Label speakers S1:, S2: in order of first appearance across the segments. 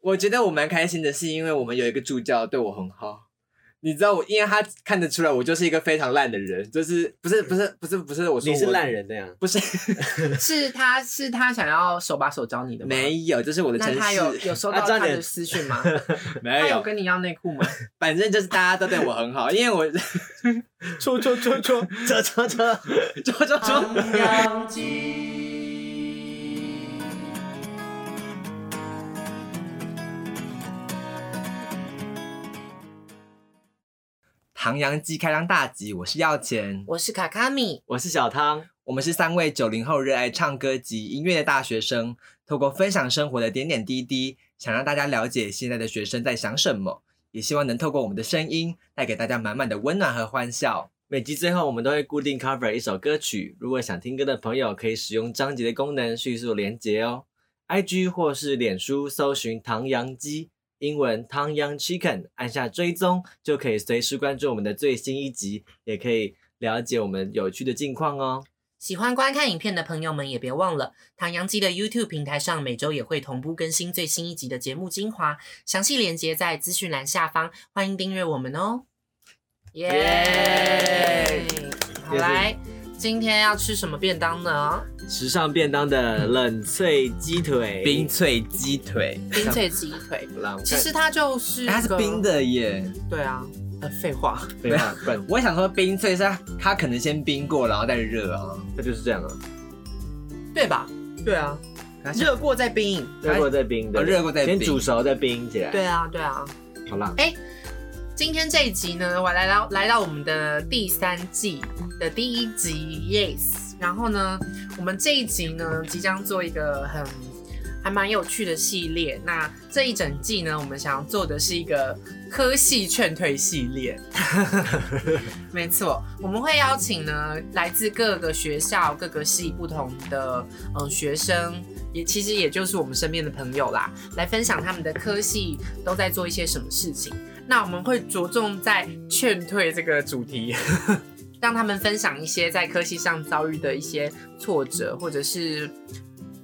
S1: 我觉得我蛮开心的，是因为我们有一个助教对我很好。你知道我，因为他看得出来我就是一个非常烂的人，就是不是不是不是不是我说
S2: 你是
S1: 我
S2: 烂人 这样，
S1: 不是
S3: 是他是他想要手把手教你的吗？
S1: 没有，这是我的城
S3: 那他有
S1: 市，
S3: 有收
S2: 啊这
S3: 到他
S2: 样
S3: 的
S2: 点
S3: 私讯 吗？他
S1: 没
S3: 有
S1: 有，
S3: 跟你要内裤吗？
S1: 反正就是大家都对我很好，因为我
S2: 戳戳戳 戳戳戳戳，
S1: 就就就唐阳鸡开张大吉，我是要钱，
S3: 我是卡卡米，
S2: 我是小汤，
S1: 我们是三位九零后热爱唱歌及音乐的大学生，透过分享生活的点点滴滴，想让大家了解现在的学生在想什么，也希望能透过我们的声音，带给大家满满的温暖和欢笑。
S2: 每集最后我们都会固定 cover 一首歌曲，如果想听歌的朋友可以使用章节的功能迅速连接哦。IG 或是脸书搜寻唐扬鸡，英文唐扬 Chicken，按下追踪就可以随时关注我们的最新一集，也可以了解我们有趣的近况哦。
S3: 喜欢观看影片的朋友们也别忘了，唐阳鸡的 YouTube 平台上每周也会同步更新最新一集的节目精华，详细连接在资讯栏下方，欢迎订阅我们哦。耶、好
S2: 也是
S3: 来，今天要吃什么便当呢？
S2: 时尚便当的冷脆鸡腿，
S1: 冰脆鸡腿，
S3: 冰脆鸡 腿，
S2: 啦，我看
S3: 其实它就是、
S1: 哎它是冰，的耶。
S3: 对啊，呃，废话，
S2: 废话，不然
S1: 我想说冰脆是它它可能先冰过，然后再热啊。
S2: 它就是这样啊。
S3: 对吧？对啊，热过再冰，
S2: 热过再冰的，
S1: 哦热过再冰
S2: 先煮熟再冰起来。
S3: 对，啊，对啊。
S2: 好啦，
S3: 今天这一集呢，我来到来到我们的第三季的第一集，Yes。然后呢，我们这一集呢，即将做一个很还蛮有趣的系列。那这一整季呢，我们想要做的是一个科系劝退系列。没错，我们会邀请呢来自各个学校、各个系不同的嗯、呃学生，也其实也就是我们身边的朋友啦，来分享他们的科系都在做一些什么事情。那我们会着重在劝退这个主题， 让他们分享一些在科系上遭遇的一些挫折，或者是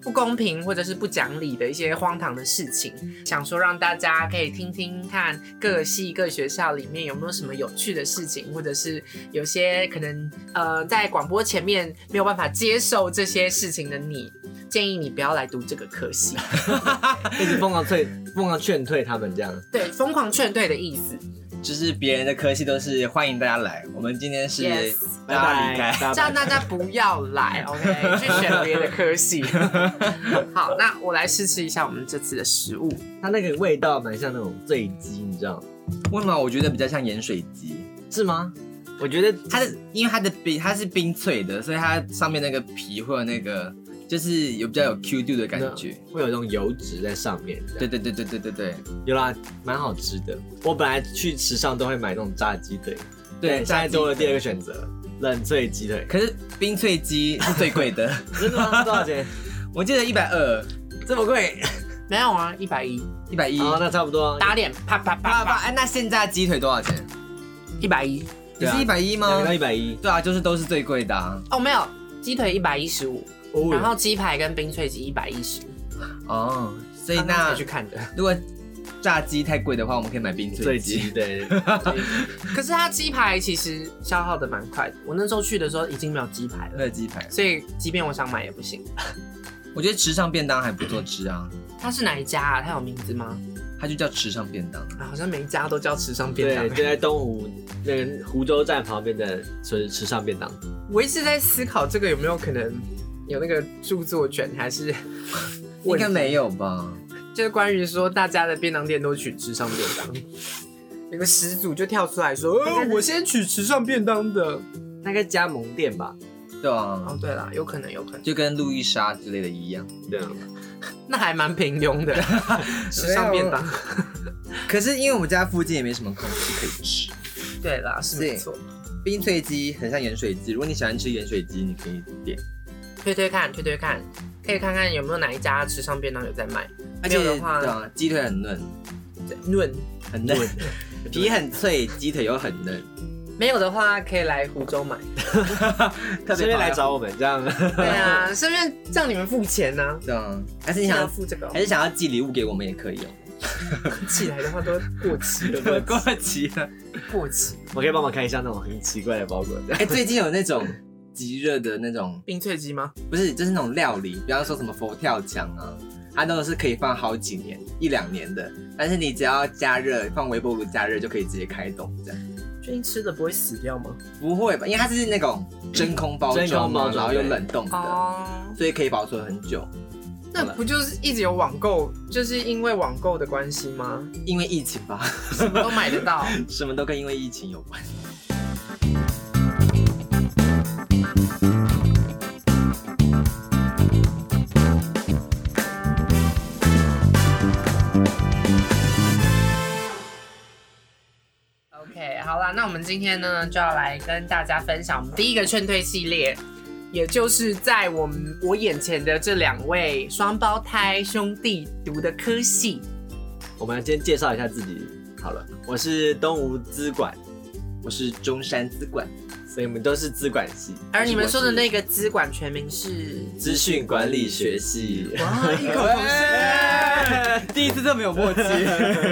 S3: 不公平，或者是不讲理的一些荒唐的事情。想说让大家可以听听看各系各学校里面有没有什么有趣的事情，或者是有些可能呃在广播前面没有办法接受这些事情的你，建议你不要来读这个科系。
S2: 一直疯狂退，疯狂劝退他们这样。
S3: 对，疯狂劝退的意思。
S1: 就是别人的科系都是欢迎大家来，我们今天是
S3: Yes，
S1: 大家离开。
S2: 拜
S3: 叫
S2: 拜。
S3: 大家不要来，OK，去选别的科系。好，那我来试吃一下我们这次的食物。
S2: 它那个味道蛮像那种醉鸡，你知道吗
S1: 为什么我觉得比较像盐水鸡？
S2: 是吗？我觉得
S1: 它的因为它的冰它是冰脆的，所以它上面那个皮会有那个就是有比较有 Q 度的感觉。
S2: 会有一种油脂在上面。
S1: 对
S2: 对，
S1: 对对对对对对
S2: 有啦，蛮好吃的。我本来去时尚都会买那种炸鸡腿，
S1: 对，
S2: 现
S1: 炸
S2: 在
S1: 鸡
S2: 多了第二个选择，冷脆鸡腿。
S1: 可是冰脆鸡是最贵 的，
S2: 真的吗？多少 钱？
S1: 我记得一百二、
S2: 这么贵？
S3: 没有啊，一百一，
S1: 一百一。
S2: 哦，那差不多啊。
S3: 打脸，啪
S1: 爸
S3: 啪
S1: 爸，
S3: 啪啪，
S1: 哎，那现在鸡腿多少钱？
S3: 一百一。
S1: 也
S2: 对啊
S1: 是一百一
S2: 两
S1: 吗
S2: 个？到一百一。
S1: 对啊，就是都是最贵的、啊。
S3: 哦，没有，鸡腿一百一十五，
S2: 哦
S3: 然后鸡排跟冰脆鸡一百一十。
S1: 哦，所以
S3: 刚刚
S1: 那
S3: 才去看的，
S1: 如果炸鸡太贵的话，我们可以买冰
S2: 醉
S1: 脆
S2: 鸡
S1: 鸡。
S2: 对。
S3: 可是它鸡排其实消耗的蛮快的。我那时候去的时候已经没有鸡排了，
S1: 热鸡排，
S3: 所以即便我想买也不行。
S1: 我觉得池上便当还不错吃 啊，
S3: 它是哪一家啊？它有名字吗？
S1: 它就叫池上便当。
S3: 啊好像每一家都叫吃上便
S2: 对，
S3: 当。
S2: 就在东湖那个湖州站旁边的吃吃上便当，
S3: 我一直在思考这个有没有可能有那个著作权，还是
S1: 应该没有吧？
S3: 就是关于说大家的便当店都取吃上便当，有个始祖就跳出来说：“哦，我先取吃上便当的。
S2: 那个加盟店吧？
S1: 对”啊
S3: 哦，，对了，有可能，有可能，
S1: 就跟路易莎之类的一样。
S2: 对，啊
S3: 那还蛮平庸的，吃上便当。
S1: 啊可是因为我们家附近也没什么空气可以吃，
S3: 对啦，是没错，
S1: 冰脆鸡很像盐水鸡，如果你喜欢吃盐水鸡，你可以点。
S3: 推推看，推推看，可以看看有没有哪一家吃上便当有在卖。
S1: 而
S3: 没
S1: 且
S3: 有的话
S1: 对啊，鸡腿很嫩，
S3: 论
S1: 很 嫩，皮
S2: 皮很
S1: 很脆，鸡腿又很 嫩，
S3: 没有的话，可以来湖州买。
S1: 特
S2: 顺
S1: 别
S2: 便来找我们这样。
S3: 对啊，顺便让你们付钱呢、
S1: 对啊，还是你
S3: 你想
S1: 想要
S3: 要付这个哦、
S1: 还是想要寄礼物给我们也可以哦。
S3: 寄来的话都过期了，
S1: 过期了。
S3: 过期。
S2: 我可以帮忙看一下那种很奇怪的包裹。
S1: 哎、最近有那种极热的那种，
S3: 冰脆鸡吗？
S1: 不是，就是那种料理，比方说什么佛跳墙啊，它都是可以放好几年、一两年的，但是你只要加热，放微波炉加热就可以直接开动，这样
S3: 最近吃的不会死掉吗？
S1: 不会吧？因为它是那种真空包
S2: 真
S1: 装
S2: 空
S1: 嘛，
S2: 包
S1: 然
S2: 装
S1: 后又
S2: 对
S1: 冷冻的，
S3: 哦，
S1: 所以可以保存很久。
S3: 那不就是一直有网购，就是因为网购的关系 吗？
S1: 因为疫情吧，
S3: 什么都买得到。
S1: 什么都跟因为疫情有关。
S3: OK，好啦，那我们今天呢就要来跟大家分享我们第一个劝退系列，也就是在我们我眼前的这两位双胞胎兄弟读的科系。
S2: 我们先介绍一下自己好了，我是东吴资管，
S1: 我是中山资管，
S2: 所以我们都是资管系。
S3: 而你们说的
S2: 我
S3: 那个资管全名是？
S2: 是资讯管理学系，
S3: 哇，异口同声。
S1: 哎第一次这么有默契。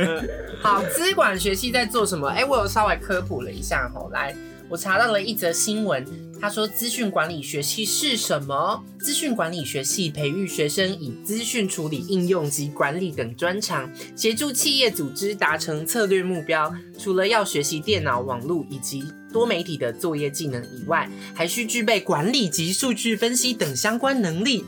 S3: 好，资管学系在做什么？哎、我有稍微科普了一下吼，来，我查到了一则新闻，他说资讯管理学系是什么？资讯管理学系培育学生以资讯处理应用及管理等专长，协助企业组织达成策略目标。除了要学习电脑、网络以及多媒体的作业技能以外，还需具备管理及数据分析等相关能力。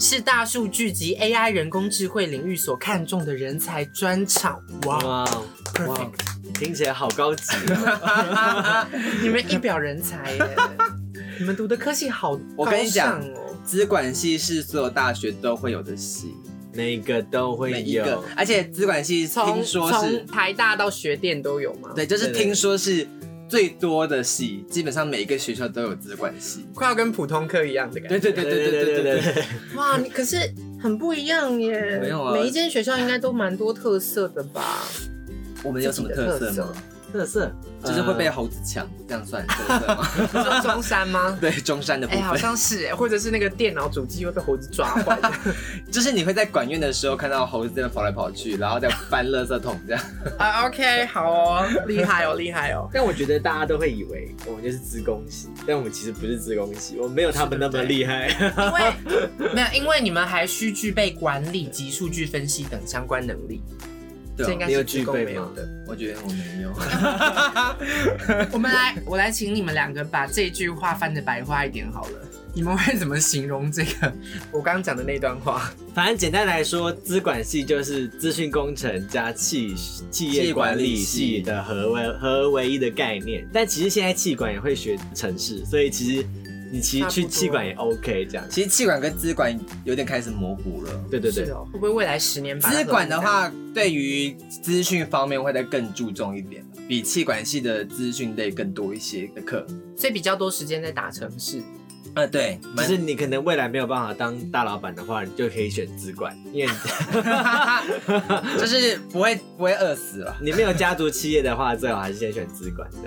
S3: 是大数据及 AI 人工智慧领域所看重的人才专场。哇！
S2: 哇哦哇，听起来好高级 啊！
S3: 你们一表人才耶！你们读的科系好、高
S1: 我跟你讲
S3: 尚哦，
S1: 资管系是所有大学都会有的系，
S2: 每个都
S1: 每
S2: 会
S1: 一个
S2: 有，，
S1: 而且资管系
S3: 从
S1: 听说是
S3: 从，台大到学电都有吗？，
S1: 对，就是
S2: 对对
S1: 听说是最多的系，基本上每一个学校都有资管系。
S3: 快要跟普通科一样的感
S1: 对
S3: 觉。
S1: 对对对对对对对，
S2: 对，
S3: 哇，你可是很不一样耶！
S1: 没有啊
S3: 每一间学校应该都蛮多特色的吧？
S1: 我们有什么特色吗？
S2: 特色
S1: 就是会被
S2: 呃
S1: 猴子抢，这样算特色吗？
S3: 中中山吗？
S1: 对，中山的部
S3: 哎、好
S1: 分，
S3: 像是哎，或者是那个电脑主机又被猴子抓坏的。
S1: 就是你会在管院的时候看到猴子在那跑来跑去，然后在翻垃圾桶这样。
S3: 啊，OK，好哦，厉害哦，厉害哦。
S2: 但我觉得大家都会以为我们就是资工系，但我们其实不是资工系，我们没有他们那么 厉害。
S3: 因为没有，因为你们还需具备管理及数据分析等相关能力，
S1: 对
S3: 这应
S1: 啊，
S3: 该
S2: 你有
S3: 是
S2: 具
S3: 职工
S2: 备
S3: 没有
S2: 吗
S3: 的。
S1: 我觉得我没有。
S3: 我们来，我来请你们两个把这句话翻的白话一点好了。你们会怎么形容这个 我刚刚讲的那段话？
S2: 反正简单来说，资管系就是资讯工程加企企业管理系的合为合为一的概念。但其实现在气管也会学城市，所以其实你其实
S3: 差不多
S2: 去气管也 OK 这样。
S1: 其实气管跟资管有点开始模糊了。
S2: 对对对
S3: 是，哦，会不会未来十年把它
S1: 资管的
S3: 弄
S1: 话，对于资讯方面会再更注重一点，比气管系的资讯类更多一些的课。
S3: 成这样，所以比较多时间在打城市。
S1: 呃，对，
S2: 就
S1: 蛮
S2: 是你可能未来没有办法当大老板的话，你就可以选资管，因为
S1: 就是不会不会饿死了。
S2: 你你没有家族企业的话，最好还是先选资管这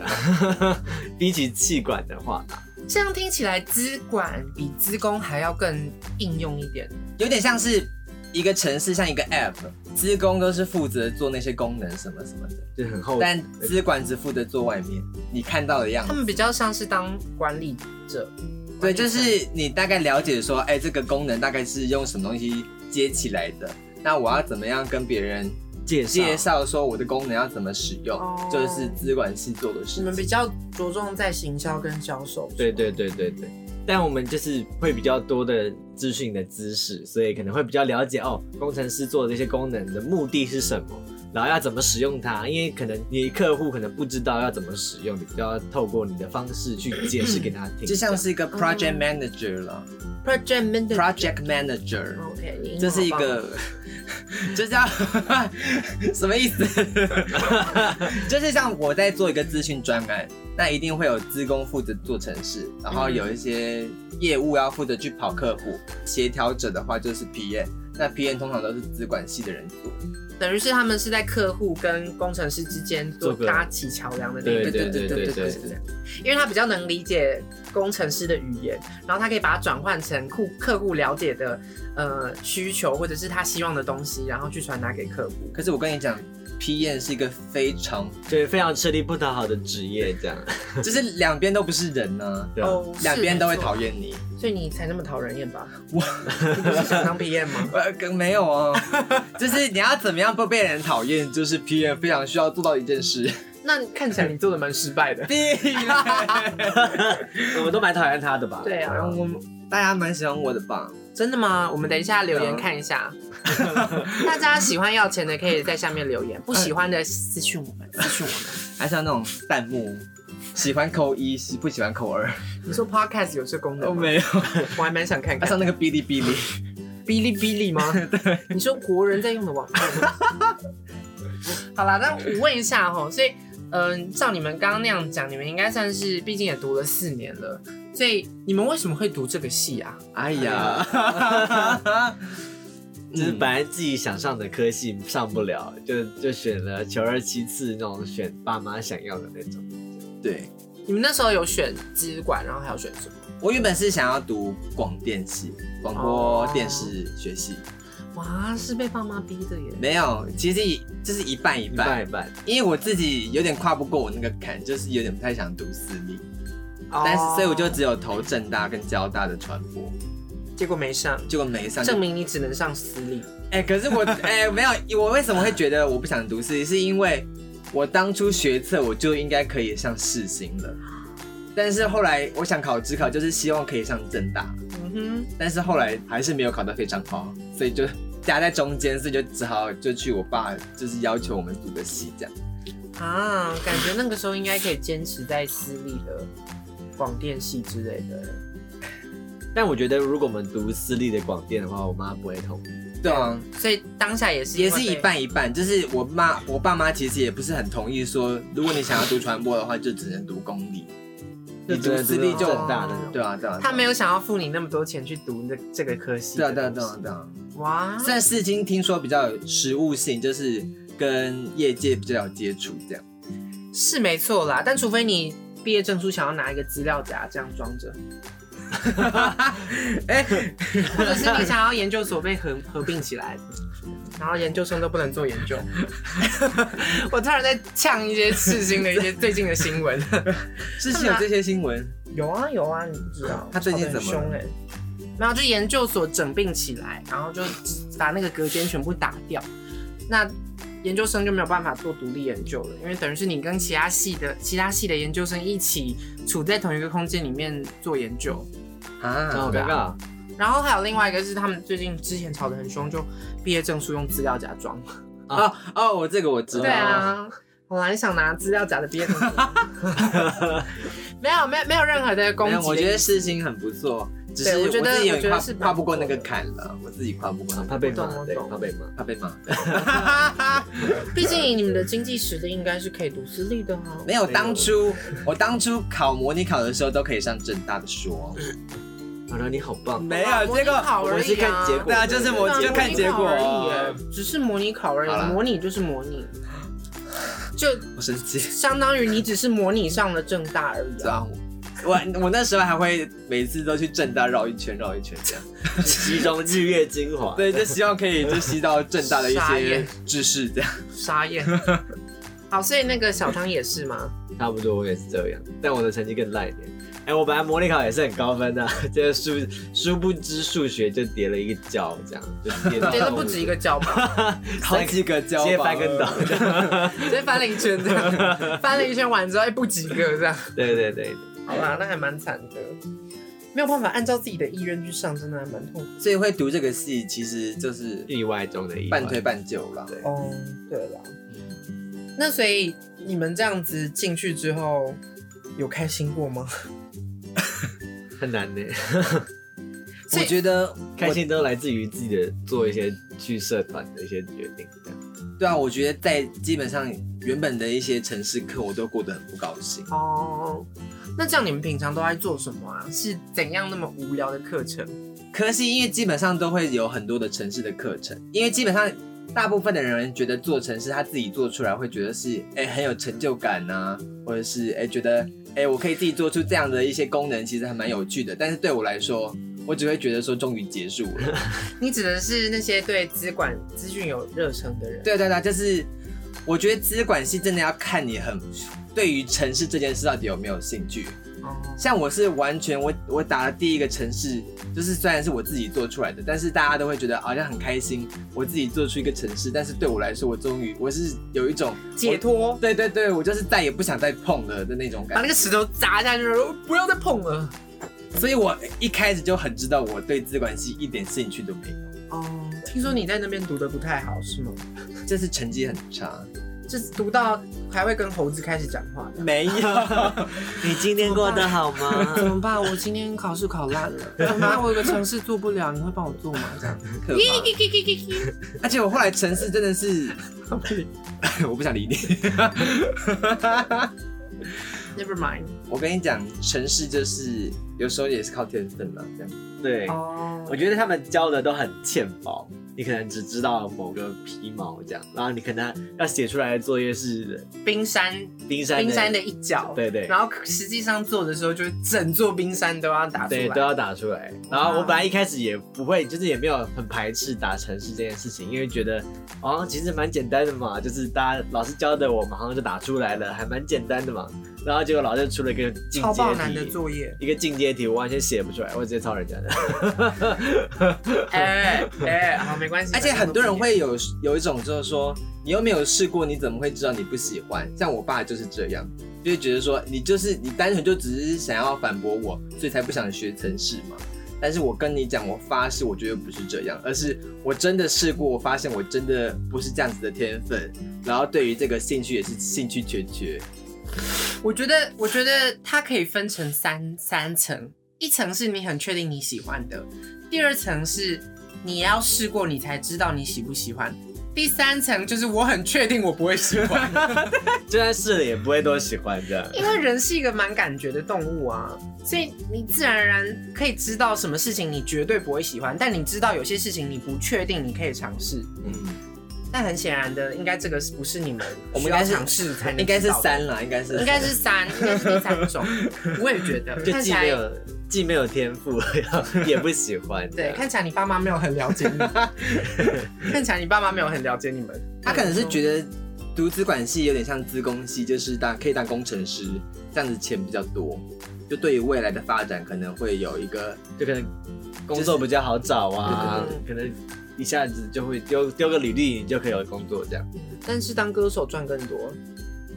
S2: 样。 比起气管的话，
S3: 这样听起来，资管比资工还要更应用一点。
S1: 有点像是一个城市，像一个 app，资工都是负责做那些功能什么什么的，
S2: 就很厚。
S1: 但资管只负责做外面你看到的样
S3: 哦他
S1: 子。
S3: 们比较像是当管理者，
S1: 对，
S3: 管理
S1: 就
S3: 层
S1: 是你大概了解说，哎、这个功能大概是用什么东西接起来的，那我要怎么样跟别人
S2: 介绍
S1: 介绍说我的功能要怎么使用，
S3: 哦
S1: 就是资管系做的
S3: 你
S1: 事
S3: 们比
S1: 情。
S3: 较着重在行销跟销售。
S2: 对对对对对。但我们就是会比较多的资讯的知识，所以可能会比较了解哦，工程师做的这些功能的目的是什么，然后要怎么使用它。因为可能你客户可能不知道要怎么使用，你就要透过你的方式去解释给他听。
S1: 嗯就像是一个 project
S3: 嗯
S1: manager 了、
S3: ，project
S1: p
S3: manager。
S1: r o j e c t manager，、
S3: OK，你英文
S1: 这是一
S3: 好棒
S1: 个， 就像 什么意思？ 就是像我在做一个资讯专案，那一定会有资工负责做城市，然后有一些业务要负责去跑客户，协调者的话就是 PM，那 PM 通常都是资管系的人做。
S3: 等于是他们是在客户跟工程师之间做
S2: 做个
S3: 搭起桥梁的那
S2: 对对
S3: 个，对对
S2: 对
S3: 对
S2: 对
S3: 对
S2: 对
S3: 是这样。因为他比较能理解工程师的语言，然后他可以把它转换成顾客户了解的呃需求或者是他希望的东西，然后去传达给客户。
S1: 可是我跟你讲，P 验是一个非常，
S2: 就是非常吃力不讨好的职业这样。
S1: 就是两边都不是人呢、
S2: 对啊，
S3: 哦
S1: 两边都会讨
S3: 厌，
S1: 厌你。
S3: 所以你才那么讨人厌吧？我，你不是想当 PM 吗？
S1: 呃，跟没有 哦，就是你要怎么样不被人讨厌，就是 P 验非常需要做到一件事。
S3: 那看起来你做的蛮失败 的。
S1: 第 一，
S2: 我们都蛮讨厌他的吧？
S3: 对啊，我们
S1: 大家蛮喜欢我的吧？
S3: 真的吗？我们等一下留言
S1: 嗯
S3: 看一 下。大家喜欢要钱的可以在下面留言，不喜欢的私讯我们，私讯我们。
S1: 还是要那种弹幕，喜欢扣一，喜不喜欢扣二？
S3: 你说 podcast 有这功能
S1: 我哦
S3: 吗？
S1: 没有，
S3: 我还蛮想看
S1: 要
S3: 看。
S1: 上那个哔哩哔哩。
S3: 哔哩哔 哩吗？你说国人在用的网站吗？ 好啦，那我问一下哈，所以嗯、照你们刚刚那样讲，你们应该算是，毕竟也读了四年了，所以你们为什么会读这个系啊？
S1: 哎 呀，
S3: 嗯
S1: 嗯
S2: 就是本来自己想上的科系上不了，就就选了求而其次那种选爸妈想要的那种。
S1: 对。
S3: 你们那时候有选资管，然后还有选什么？
S1: 我原本是想要读广电系，广播电视学系，
S3: 哇，是被爸妈逼的耶。
S1: 没有，其实就是一半一
S2: 一
S1: 半，
S2: 半一半，
S1: 因为我自己有点跨不过我那个坎，就是有点不太想读私立，
S3: 哦
S1: 但是所以我就只有投正大跟交大的传播，
S3: 结果没上，
S1: 结果没上。
S3: 证明你只能上私立。
S1: 哎、可是我哎、没有，我为什么会觉得我不想读私立，是因为我当初学测我就应该可以上世新了，但是后来我想考职考，就是希望可以上正大。
S3: 嗯
S1: 但是后来还是没有考到非常好，所以就夹在中间，所以就只好就去我爸就是要求我们读的系这样。
S3: 哼，啊，感觉那个时候应该可以坚持在私立的广电系之类的。
S2: 但我觉得如果我们读私立的广电的话，我妈不会同意。
S1: 对啊，
S3: 所以当下也是
S1: 也
S3: 因为
S1: 是
S3: 被
S1: 一。半一半，就是我妈我爸妈其实也不是很同意说，如果你想要读传播的话，就只能读公立，你读私立就
S2: 正大那种。
S1: 对啊对啊，
S3: 他没
S1: 有。
S3: 有想要付你那么多钱去读这这个科系。
S1: 对啊对啊对啊。对啊，
S3: 嗯哇，
S1: 虽然世经听说比较有实务性，就是跟业界比较有接触这样。
S3: 是没错啦，但除非你毕业证书想要拿一个资料夹这样装 着，
S1: 哎、
S3: 或者是你想要研究所被合合并起来，然后研究生都不能做研 究。我突然在呛一些刺心的一些最近的新闻。
S1: 是是有这些新闻，
S3: 有啊有啊，你不知道
S1: 他最近怎么了
S3: 吵得很凶哎、没有，就研究所整并起来，然后就把那个隔间全部打掉，那研究生就没有办法做独立研究了，因为等于是你跟其他系的其他系的研究生一起处在同一个空间里面做研究。
S2: 然后
S1: 啊，
S2: 好
S3: 对
S2: 尴尬
S3: 啊，然后还有另外一个是他们最近之前吵得很凶，就毕业证书用资料夹装。
S1: 哦哦，我这个我知道，
S3: 对啊，我蛮想拿资料夹的毕业证书。 没有没有没有任何的攻
S1: 没有，
S3: 击的意思，
S1: 我觉得世新很不错，只是
S3: 我觉得
S1: 自己有
S3: 我觉
S1: 点
S3: 得
S1: 跨
S3: 是
S1: 跨不过那个
S3: 跨不过
S1: 坎
S3: 的
S1: 了，我自己跨不过那
S2: 啊
S1: 个坎，
S2: 怕被
S3: 我懂
S2: 骂，
S3: 我
S2: 对，
S3: 懂
S2: 怕被骂。
S1: 怕被骂。
S3: 毕竟你们的经济实力应该是可以读私立的啊哈。
S1: 没有，当初我当初考模拟考的时候都可以上正大的说，
S2: 我说你好 棒，
S1: 没
S3: 啊
S1: 有结果
S3: 模拟。考而已啊
S2: 我是看结果
S1: 对啊，就是
S3: 对
S1: 我
S3: 啊
S1: 就看结果啊
S3: 模拟考而已耶，只是模拟考而
S1: 好
S3: 已，
S1: 啦
S3: 模拟就是模拟，就
S1: 我生气。
S3: 相当于你只是模拟上了正大而已
S1: 对
S3: 啊。
S1: 啊，我我那时候还会每次都去正大绕一圈绕一圈这 样，
S2: 集中日月精华。
S1: 对，就希望可以就吸到正大的一
S3: 傻
S1: 些
S3: 眼
S1: 知识这样。
S3: 沙眼。好，所以那个小汤也是吗？
S2: 差不多我也是这样，但我的成绩更烂一点。哎、我本来模拟考也是很高分的、这殊殊不知数学就跌了一个跤，这样就跌到
S3: 跌了不止一个跤 吧，
S1: 好几个交
S2: 直
S1: 吧
S2: 接翻跟斗。
S3: 直接翻了一圈这样，翻了一圈完之后，哎，不及格这样。
S2: 对对对，
S3: 好啦，那还蛮惨的，没有办法按照自己的意愿去上，真的还蛮痛苦。
S1: 所以会读这个戏，其实就是
S2: 意外中的意外。
S1: 半推半就啦。
S2: 对
S3: 哦，对了，嗯那所以你们这样子进去之后，有开心过吗？
S2: 很难呢，
S3: 所以
S1: 我觉得
S2: 开心都来自于自己的做一些去社团的一些决定。这样
S1: 对啊，我觉得在基本上原本的一些城市课，我都过得很不高兴。
S3: 哦，那这样你们平常都在做什么啊？是怎样那么无聊的课程？
S1: 可是因为基本上都会有很多的城市的课程，因为基本上大部分的人觉得做成是他自己做出来，会觉得是哎、很有成就感呐、或者是哎、觉得哎、我可以自己做出这样的一些功能，其实还蛮有趣的。但是对我来说，我只会觉得说终于结束了。
S3: 你指的是那些对资管资讯有热忱的人。
S1: 对对对，就是我觉得资管系真的要看你很对于城市这件事到底有没有兴趣。
S3: 哦，
S1: 像我是完全我我打的第一个城市，就是虽然是我自己做出来的，但是大家都会觉得啊好像很开心，我自己做出一个城市。但是对我来说，我终于我是有一种
S3: 解，脱
S1: 我，对对对，我就是再也不想再碰了的那种
S3: 把
S1: 感
S3: 那
S1: 觉。
S3: 个石头砸下去，说不要再碰了。
S1: 所以我一开始就很知道我对资管系一点兴趣都没有，
S3: 哦，听说你在那边读的不太好，是吗？
S1: 这是成绩很差，
S3: 就是读到还会跟猴子开始讲话。
S1: 没 有。
S2: 你今天过得好
S3: 啊怎
S2: 吗？
S3: 么办？我今天考试考烂了，妈，我有个城市做不了，你会帮我做吗？这样。
S1: 可怕。而且我后来城市真的是， 我不想 理你。
S3: Never mind。
S1: 我跟你讲，城市就是有时候也是靠天分啦，这样。
S2: 对，
S3: 哦
S2: 我觉得他们教的都很欠薄，你可能只知道某个皮毛这样，然后你可能要写出来的作业是
S3: 冰山，
S2: 冰山
S3: 冰山的一角。
S2: 对对
S3: 然后实际上做的时候，就是整座冰山都要打出
S2: 对，都
S3: 来。
S2: 要打出来。然后我本来一开始也不会，就是也没有很排斥打城市这件事情，因为觉得哦，其实蛮简单的嘛，就是大家老师教的，我马上就打出来了，还蛮简单的嘛。然后结果老师出了一个进
S3: 超爆难
S2: 阶
S3: 的
S2: 题，
S3: 作业，
S2: 一个进阶题，我完全写不出来，我直接抄人家的。
S3: 哎哎，好，没关 系。
S1: 而且很多人会有有一种就是说，你又没有试过，你怎么会知道你不喜欢？像我爸就是这样，就会觉得说你就是你单纯就只是想要反驳我，所以才不想学城市嘛。但是我跟你讲，我发誓，我绝对不是这样，而是我真的试过，我发现我真的不是这样子的天分，然后对于这个兴趣也是兴趣缺缺。
S3: 我觉得，我觉得它可以分成三三层，一层是你很确定你喜欢的，第二层是你要试过你才知道你喜不喜欢，第三层就是我很确定我不会喜欢，
S2: 就算试了也不会多喜欢这样。
S3: 因为人是一个蛮感觉的动物啊，所以你自然而然可以知道什么事情你绝对不会喜欢，但你知道有些事情你不确定，你可以尝试。
S1: 嗯，
S3: 但很显然的，应该这个是不是你们
S1: 我们
S3: 需
S1: 应该
S3: 要
S1: 是
S3: 尝试才能
S1: 应该是
S3: 知道的，
S1: 三啦，应该是
S3: 应该是三，应该是第三种，我也觉 得，
S2: 就
S3: 看起
S2: 既没
S3: 来。
S2: 有既没有天赋， 然后也不喜欢。
S3: 对，啊看起来你爸妈没有很了解你， 看起来你爸妈没有很了解你们。
S1: 他可能是
S3: 得，
S1: 觉得读资管系有点像资工系，就是当可以当工程师，这样子钱比较多，就对于未来的发展可能会有一个
S2: 就可能工作比较好找啊，可能一下子就会丢丢个履历，你就可以有工作这样。
S3: 但是当歌手赚更多。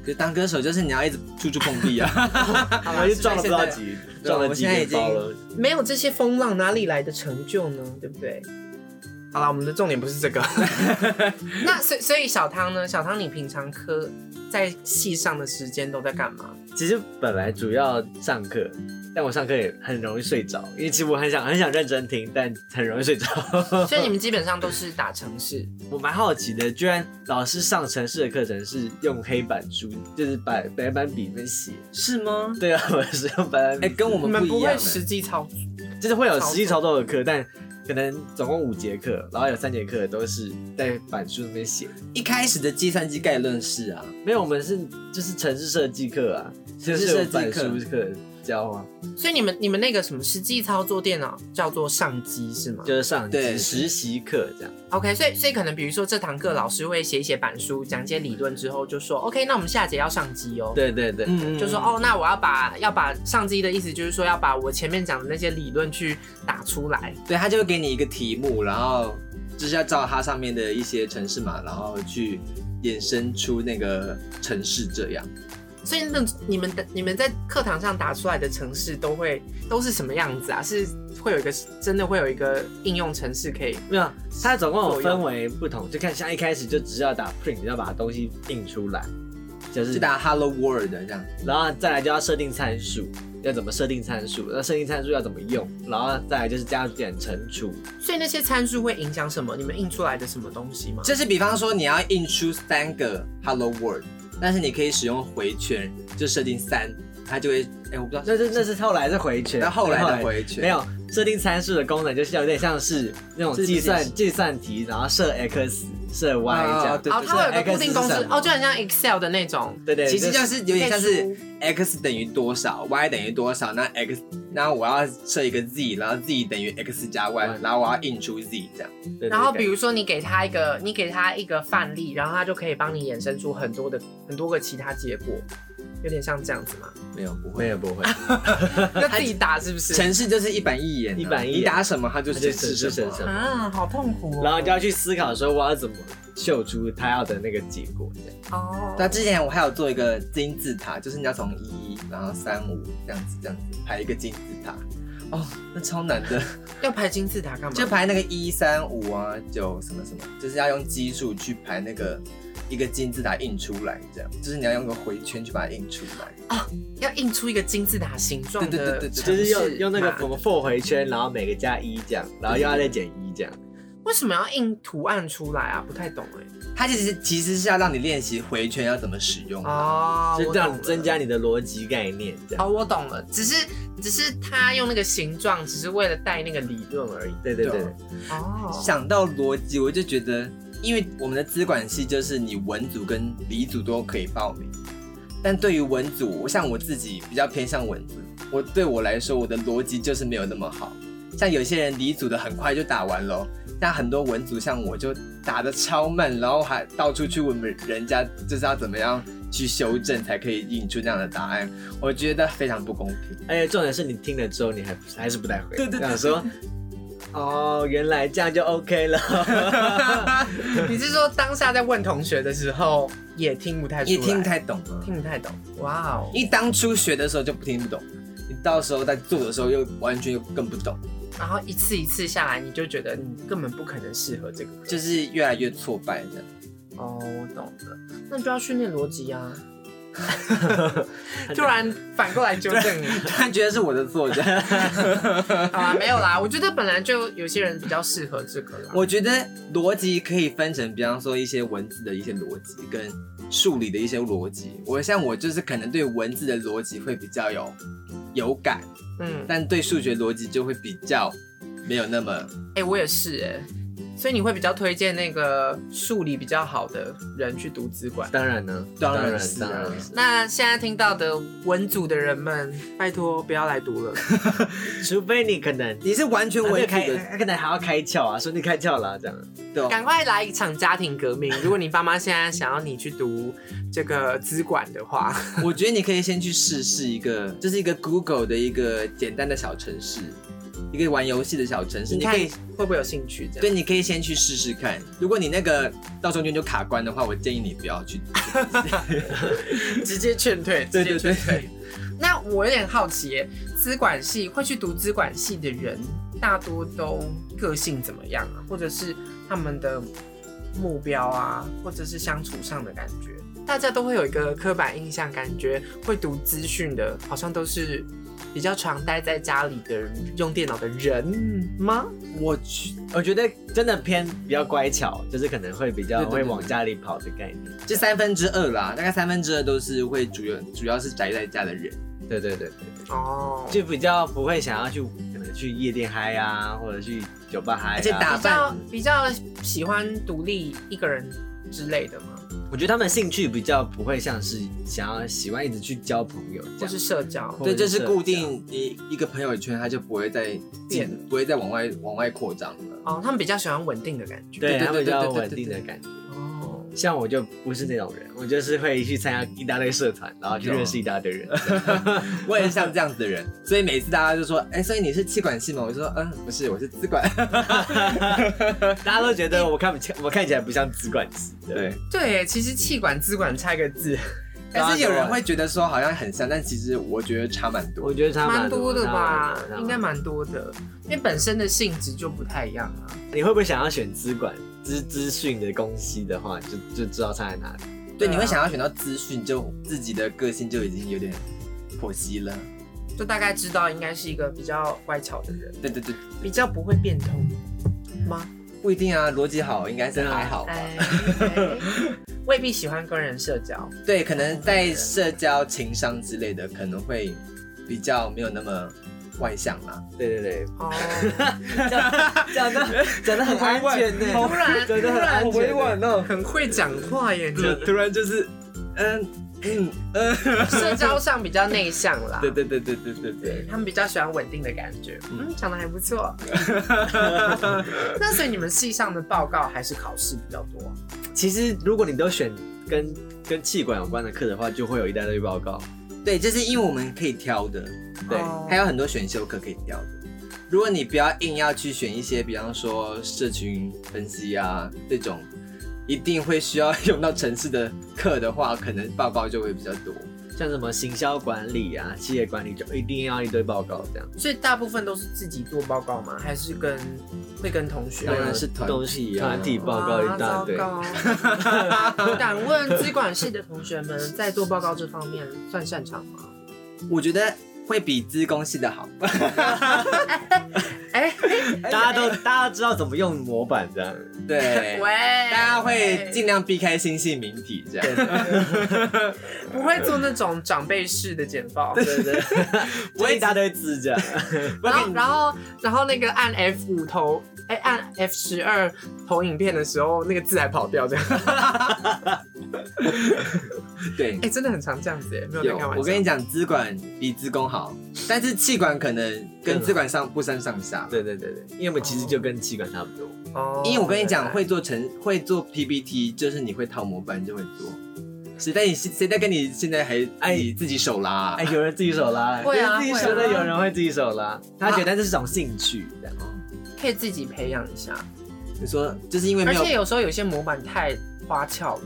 S1: 可是当歌手就是你要一直处处碰壁 啊。
S3: 好
S2: 然后
S3: 啦
S2: 就撞了不
S3: 是
S2: 知
S3: 吧
S2: 道
S3: 现
S2: 几
S1: 对
S2: 撞
S1: 我
S2: 了几
S1: 现在
S2: 面
S1: 已经
S2: 包了。
S3: 在没有这些风浪，哪里来的成就呢？对不对？好了，我们的重点不是这个。 那所以所以小汤呢？小汤，你平常科在戏上的时间都在干 嘛？
S2: 其实本来主要上课，但我上课也很容易睡着，因为其实我很想很想认真听，但很容易睡着。
S3: 所以你们基本上都是打城市，
S2: 我蛮好奇的，居然老师上城市的课程是用黑板书，就是白白板笔在写。
S1: 是吗？
S2: 对啊，我是用白板
S1: 哎、
S2: 笔
S1: 跟我
S3: 嗯你
S1: 们
S3: 们
S1: 不
S3: 不
S1: 一样、
S3: 会
S1: 欸。
S3: 实际操作。
S2: 就是会有实际操作的课，但可能总共五节课，然后有三节课都是在板书那边写。
S1: 一开始的计算机概论是啊，
S2: 没有，我们是就是城市设计课啊，
S1: 城
S2: 城
S1: 市
S2: 市
S1: 设计
S2: 设计
S1: 课
S2: 板书课教啊，
S3: 所以你们你们那个什么实际操作电脑叫做上机是吗？
S2: 就是上
S1: 对
S2: 级实习课这样。
S3: OK，所以所以可能比如说这堂课老师会写一写板书，讲解理论之后就说 OK，那我们下节要上机哦。，
S2: 对对对，
S1: 嗯，
S3: 就说哦，那我要把要把上机的意思就是说要把我前面讲的那些理论去打出来。
S1: 对，他就会给你一个题目，然后就是要照它上面的一些城市嘛，然后去衍生出那个城市这样。
S3: 所以那你们的你们在课堂上打出来的城市都会都是什么样子啊？是会有一个真的会有一个应用城市可以
S2: 没有，它总共有分为不同，就看像一开始就只是要打 print，要把东西印出来，就是
S1: 就打 Hello World 这样，
S2: 然后再来就要设定参数，要怎么设定参数，那设定参数要怎么用，然后再来就是加减乘除，
S3: 所以那些参数会影响什么？你们印出来的什么东西吗？
S1: 就是比方说你要印出三个 Hello World，但是你可以使用回圈，就设定三，它就会，哎、我不知道，
S2: 那是那是后来是回圈，
S1: 那后来的回圈
S2: 没有设定参数的功能，就是有点像是那种
S1: 这是
S2: 计算
S1: 这是
S2: 计算题，然后设 x 设 Y 这
S1: 哦
S2: 样。
S1: 对
S3: 哦，它会有
S1: 就是
S3: 个固定
S1: X
S3: 公
S1: 是
S3: 式
S1: 什，么
S3: 哦，就很像 Excel 的那种。
S2: 对对，
S1: 其实就是有点像
S3: 可
S1: 是
S3: 以
S1: x 等于多少，y 等于多少，那 x，那我要设一个 z，然后 z 等于 x 加 y，
S2: 嗯
S1: 然后我要印出 z 这样。
S2: 对
S3: 然后比
S2: 如
S3: 如说你给他一个，你给他一个范例，然后他就可以帮你衍生出很多的很多个其他结果，有点像这样子嘛。
S1: 没有，不
S2: 没。有不会，
S3: 那自己打是不是？
S1: 城市就是一板一眼啊，
S2: 一板一眼
S1: 你打什么它就
S2: 它就
S1: 显示
S2: 显示
S1: 什么
S2: 什
S1: 啊。
S2: 么
S3: 啊，好痛苦
S2: 然后就要去思考说我要怎么秀出他要的那个结果这样。
S3: 哦，
S1: 那之前我还有做一个金字塔，就是你要从一，然后三五这样子这样子排一个金字塔。哦，那超难的，
S3: 要排金字塔干嘛？
S1: 就排那个一三五啊九什么什么，就是要用基数去排那个一个金字塔印出来，这样就是你要用个回圈去把它印出来。
S3: 要印出一个金字塔形状
S1: 对对
S3: 的
S1: 对对
S3: 城
S1: 对
S3: 市嘛，啊
S2: 就是用用那个什么 for 回圈，然后每个加一这样，然后又要再减一这样。
S3: 为什么要印图案出来啊？不太懂哎。
S1: 它其实其实是要让你练习回圈要怎么使用。啊
S3: 哦，
S2: 就
S3: 我
S2: 让
S3: 懂
S2: 你
S3: 了
S2: 增加你的逻辑概念，这样。
S3: 哦，我懂了，只是只是他用那个形状，只是为了带那个理论而已。
S2: 对对
S1: 对
S2: 对，
S3: 哦，
S1: 想到逻辑，我就觉得，因为我们的资管系就是你文组跟理组都可以报名，但对于文组，我像我自己比较偏向文组，我对我来说，我的逻辑就是没有那么好。像有些人理组的很快就打完了，像很多文组像我就打的超慢，然后还到处去问人家，就是要怎么样去修正才可以印出那样的答案，我觉得非常不公平。
S2: 而且重点是你听了之后，你还还是不太会，
S1: 对对对
S2: 想说，哦，原来这样就 OK 了。
S3: 你是说当下在问同学的时候也听不太出来，
S1: 你听不太懂吗？
S3: 听不太懂？哇哦，
S1: 你当初学的时候就不听不懂，你到时候在做的时候又完全又更不懂，
S3: 然后一次一次下来，你就觉得你根本不可能适合这个课。
S1: 就是越来越挫败的。
S3: 哦，我懂了，那就要训练逻辑 啊。突然反过来纠正你，
S1: 突然觉得是我的错，这样
S3: 好啊，没有啦，我觉得本来就有些人比较适合这个啦。
S1: 我觉得逻辑可以分成，比方说一些文字的一些逻辑跟数理的一些逻辑。我像我就是可能对文字的逻辑会比较有有感，
S3: 嗯，
S1: 但对数学逻辑就会比较没有那么。
S3: 哎、我也是哎、所以你会比较推荐那个数理比较好的人去读资管。
S2: 当然呢，
S1: 当然
S2: 然
S1: 是啊
S2: 当然是，
S3: 那现在听到的文组的人们，拜托不要 来读了。
S2: 除非你可能啊
S1: 你是完全
S2: 还
S1: 文
S2: 没
S1: 字
S2: 开，
S1: 的，
S2: 他可能还要开窍啊，说你开窍了这样。
S1: 对
S3: 赶
S1: 哦，
S3: 快来一场家庭革命！如果你爸妈现在想要你去读这个资管的话，
S1: 我觉得你可以先去试试一个，就是一个 Google 的一个简单的小城市，一个玩游戏的小城市，
S3: 你
S1: 你
S3: 看
S1: 可以
S3: 会不会有兴趣？这
S1: 对，
S3: 样
S1: 你可以先去试试看。如果你那个到中间就卡关的话，我建议你不要去。
S3: 直接劝退，
S1: 对
S3: 直接
S1: 对
S3: 劝退。那我有点好奇耶，资管系会去读资管系的人，大多都个性怎么样啊？或者是他们的目标啊，或者是相处上的感觉？大家都会有一个刻板印象，感觉会读资讯的，好像都是比较常待在家里的人用电脑的人吗？
S1: 我去，
S2: 我觉得真的偏比较乖巧，就是可能会比较
S1: 对对对
S2: 会往家里跑的概念。
S1: 这三分之二啦，大概三分之二都是会主要主要是宅在家的人。
S2: 对对对对对，
S3: 哦，
S2: 就比较不会想要去可能去夜店嗨啊，或者去酒吧嗨、啊。
S1: 而且打
S3: 比较比较喜欢独立一个人之类的吗？
S2: 我觉得他们兴趣比较不会像是想要喜欢一直去交朋友这
S3: 就
S2: 样
S3: 是。社交，
S2: 或
S1: 对，
S2: 者
S1: 哦就是啊
S2: 社
S1: 固
S2: 交
S1: 定一一个朋友圈，他就不会再
S3: 变
S1: 进，不会再往外往外扩张了。
S3: 哦，他们比较喜欢稳定的感觉。
S2: 对
S1: 对对
S2: 他们比
S1: 对
S2: 较
S1: 对对
S2: 稳
S1: 对
S2: 定的
S1: 对
S2: 感觉。
S3: 哦，
S2: 像我就不是那种人，我就是会去参加一大堆社团，然后去认识一大 堆人。
S1: 我也是像这样子的人，所以每次大家就说：“哎、所以你是气管系吗？”我就说：“嗯，不是，我是资管。
S2: 大家都觉得我看不起，我看起来不像资管系”的。
S1: 对，
S3: 对，其实气管资管差一个 字，
S2: 啊
S1: 但是有人会觉得说好像很像，但其实我觉得差蛮多。
S2: 我觉得他
S3: 蛮多的吧，应该
S2: 蛮
S3: 蛮多的，因为本身的性质就不太一样啊。
S2: 多。你会不会想要选资管资资讯的公司的话，就就知道差在哪里？
S1: 对，你
S3: 对
S1: 会
S3: 啊
S1: 想要选到资讯，就自己的个性就已经有点剖析了。
S3: 就大概知道应该是一个比较乖巧的人，
S1: 对对对，
S3: 比较不会变通吗？
S1: 不一定啊，逻辑好应该是
S2: 对啊
S1: 还好吧。
S3: 哎，哎未必喜欢跟人社交。
S1: 对，可能在社交、情商之类的，可能会比较没有那么外向啊啦。
S2: 对对对，
S3: 哦，
S2: 讲讲的讲的很安全呢，
S1: 好
S3: 突然
S2: 讲
S3: 突
S2: 的很
S3: 然
S2: 安全呢。
S1: 哦，
S3: 很会讲话耶，你
S1: 就突然就是，嗯嗯嗯，
S3: 社交上比较内向啦。
S1: 对对对对对对对，
S3: 他们比较喜欢稳定的感觉，嗯，讲的还不 错。那所以你们系上的报告还是考试比较多，
S2: 其实如果你都选跟跟气管有关的课的话，就会有一大堆报告。
S1: 对，就是因为我们可以挑的，对
S3: 哦，
S1: 还有很多选修课可以挑的。如果你不要硬要去选一些，比方说社群分析啊这种，一定会需要用到城市的课的话，可能报告就会比较多。
S2: 像什么行销管理啊、企业管理，就一定要一堆报告这样。
S3: 所以大部分都是自己做报告吗？还是跟会跟同学？
S2: 啊
S1: 当然是团
S2: 都是一样
S1: 团体
S2: 报告
S3: 啊
S2: 一大堆。
S3: 哇糟糕敢问资管系的同学们，在做报告这方面算擅长吗？
S1: 我觉得会比资工系的好，
S3: 哎、
S2: 大家都大家知道怎么用模板这样。
S1: 对，
S3: 喂，
S1: 大家会尽量避开星系名体这 样。
S3: 不会做那种长辈式的简报？
S2: 对对，我一大堆字这样。
S3: 然后，然后，然后那个按 F 五投，哎、按 F 十二投影片的时候，那个字还跑掉，这样，
S1: 对
S3: 哎、，真的很常这样子，哎，没有在
S1: 有
S3: 开玩笑。
S1: 我跟你，讲，资管比资工好，但是气管可能跟资管上不相上下。
S2: 对对对对，因为我们其实就跟气管差不多。
S3: 哦
S1: 因为我跟你讲，
S3: 原来
S1: 会做成会做 PPT，就是你会套模板就会做。谁在你谁在跟你现在还
S2: 哎
S1: 你自己手拉啊、
S2: 哎，有人自己手拉，
S3: 会
S2: 有人
S3: 啊
S2: 自己
S3: 会啊
S2: 手拉，有人会自己手拉，他觉得这是种兴趣这样。哦
S3: 可以自己培养一下，
S1: 你说就是因为没
S3: 而
S1: 有
S3: 且有时候有些模板太花俏了，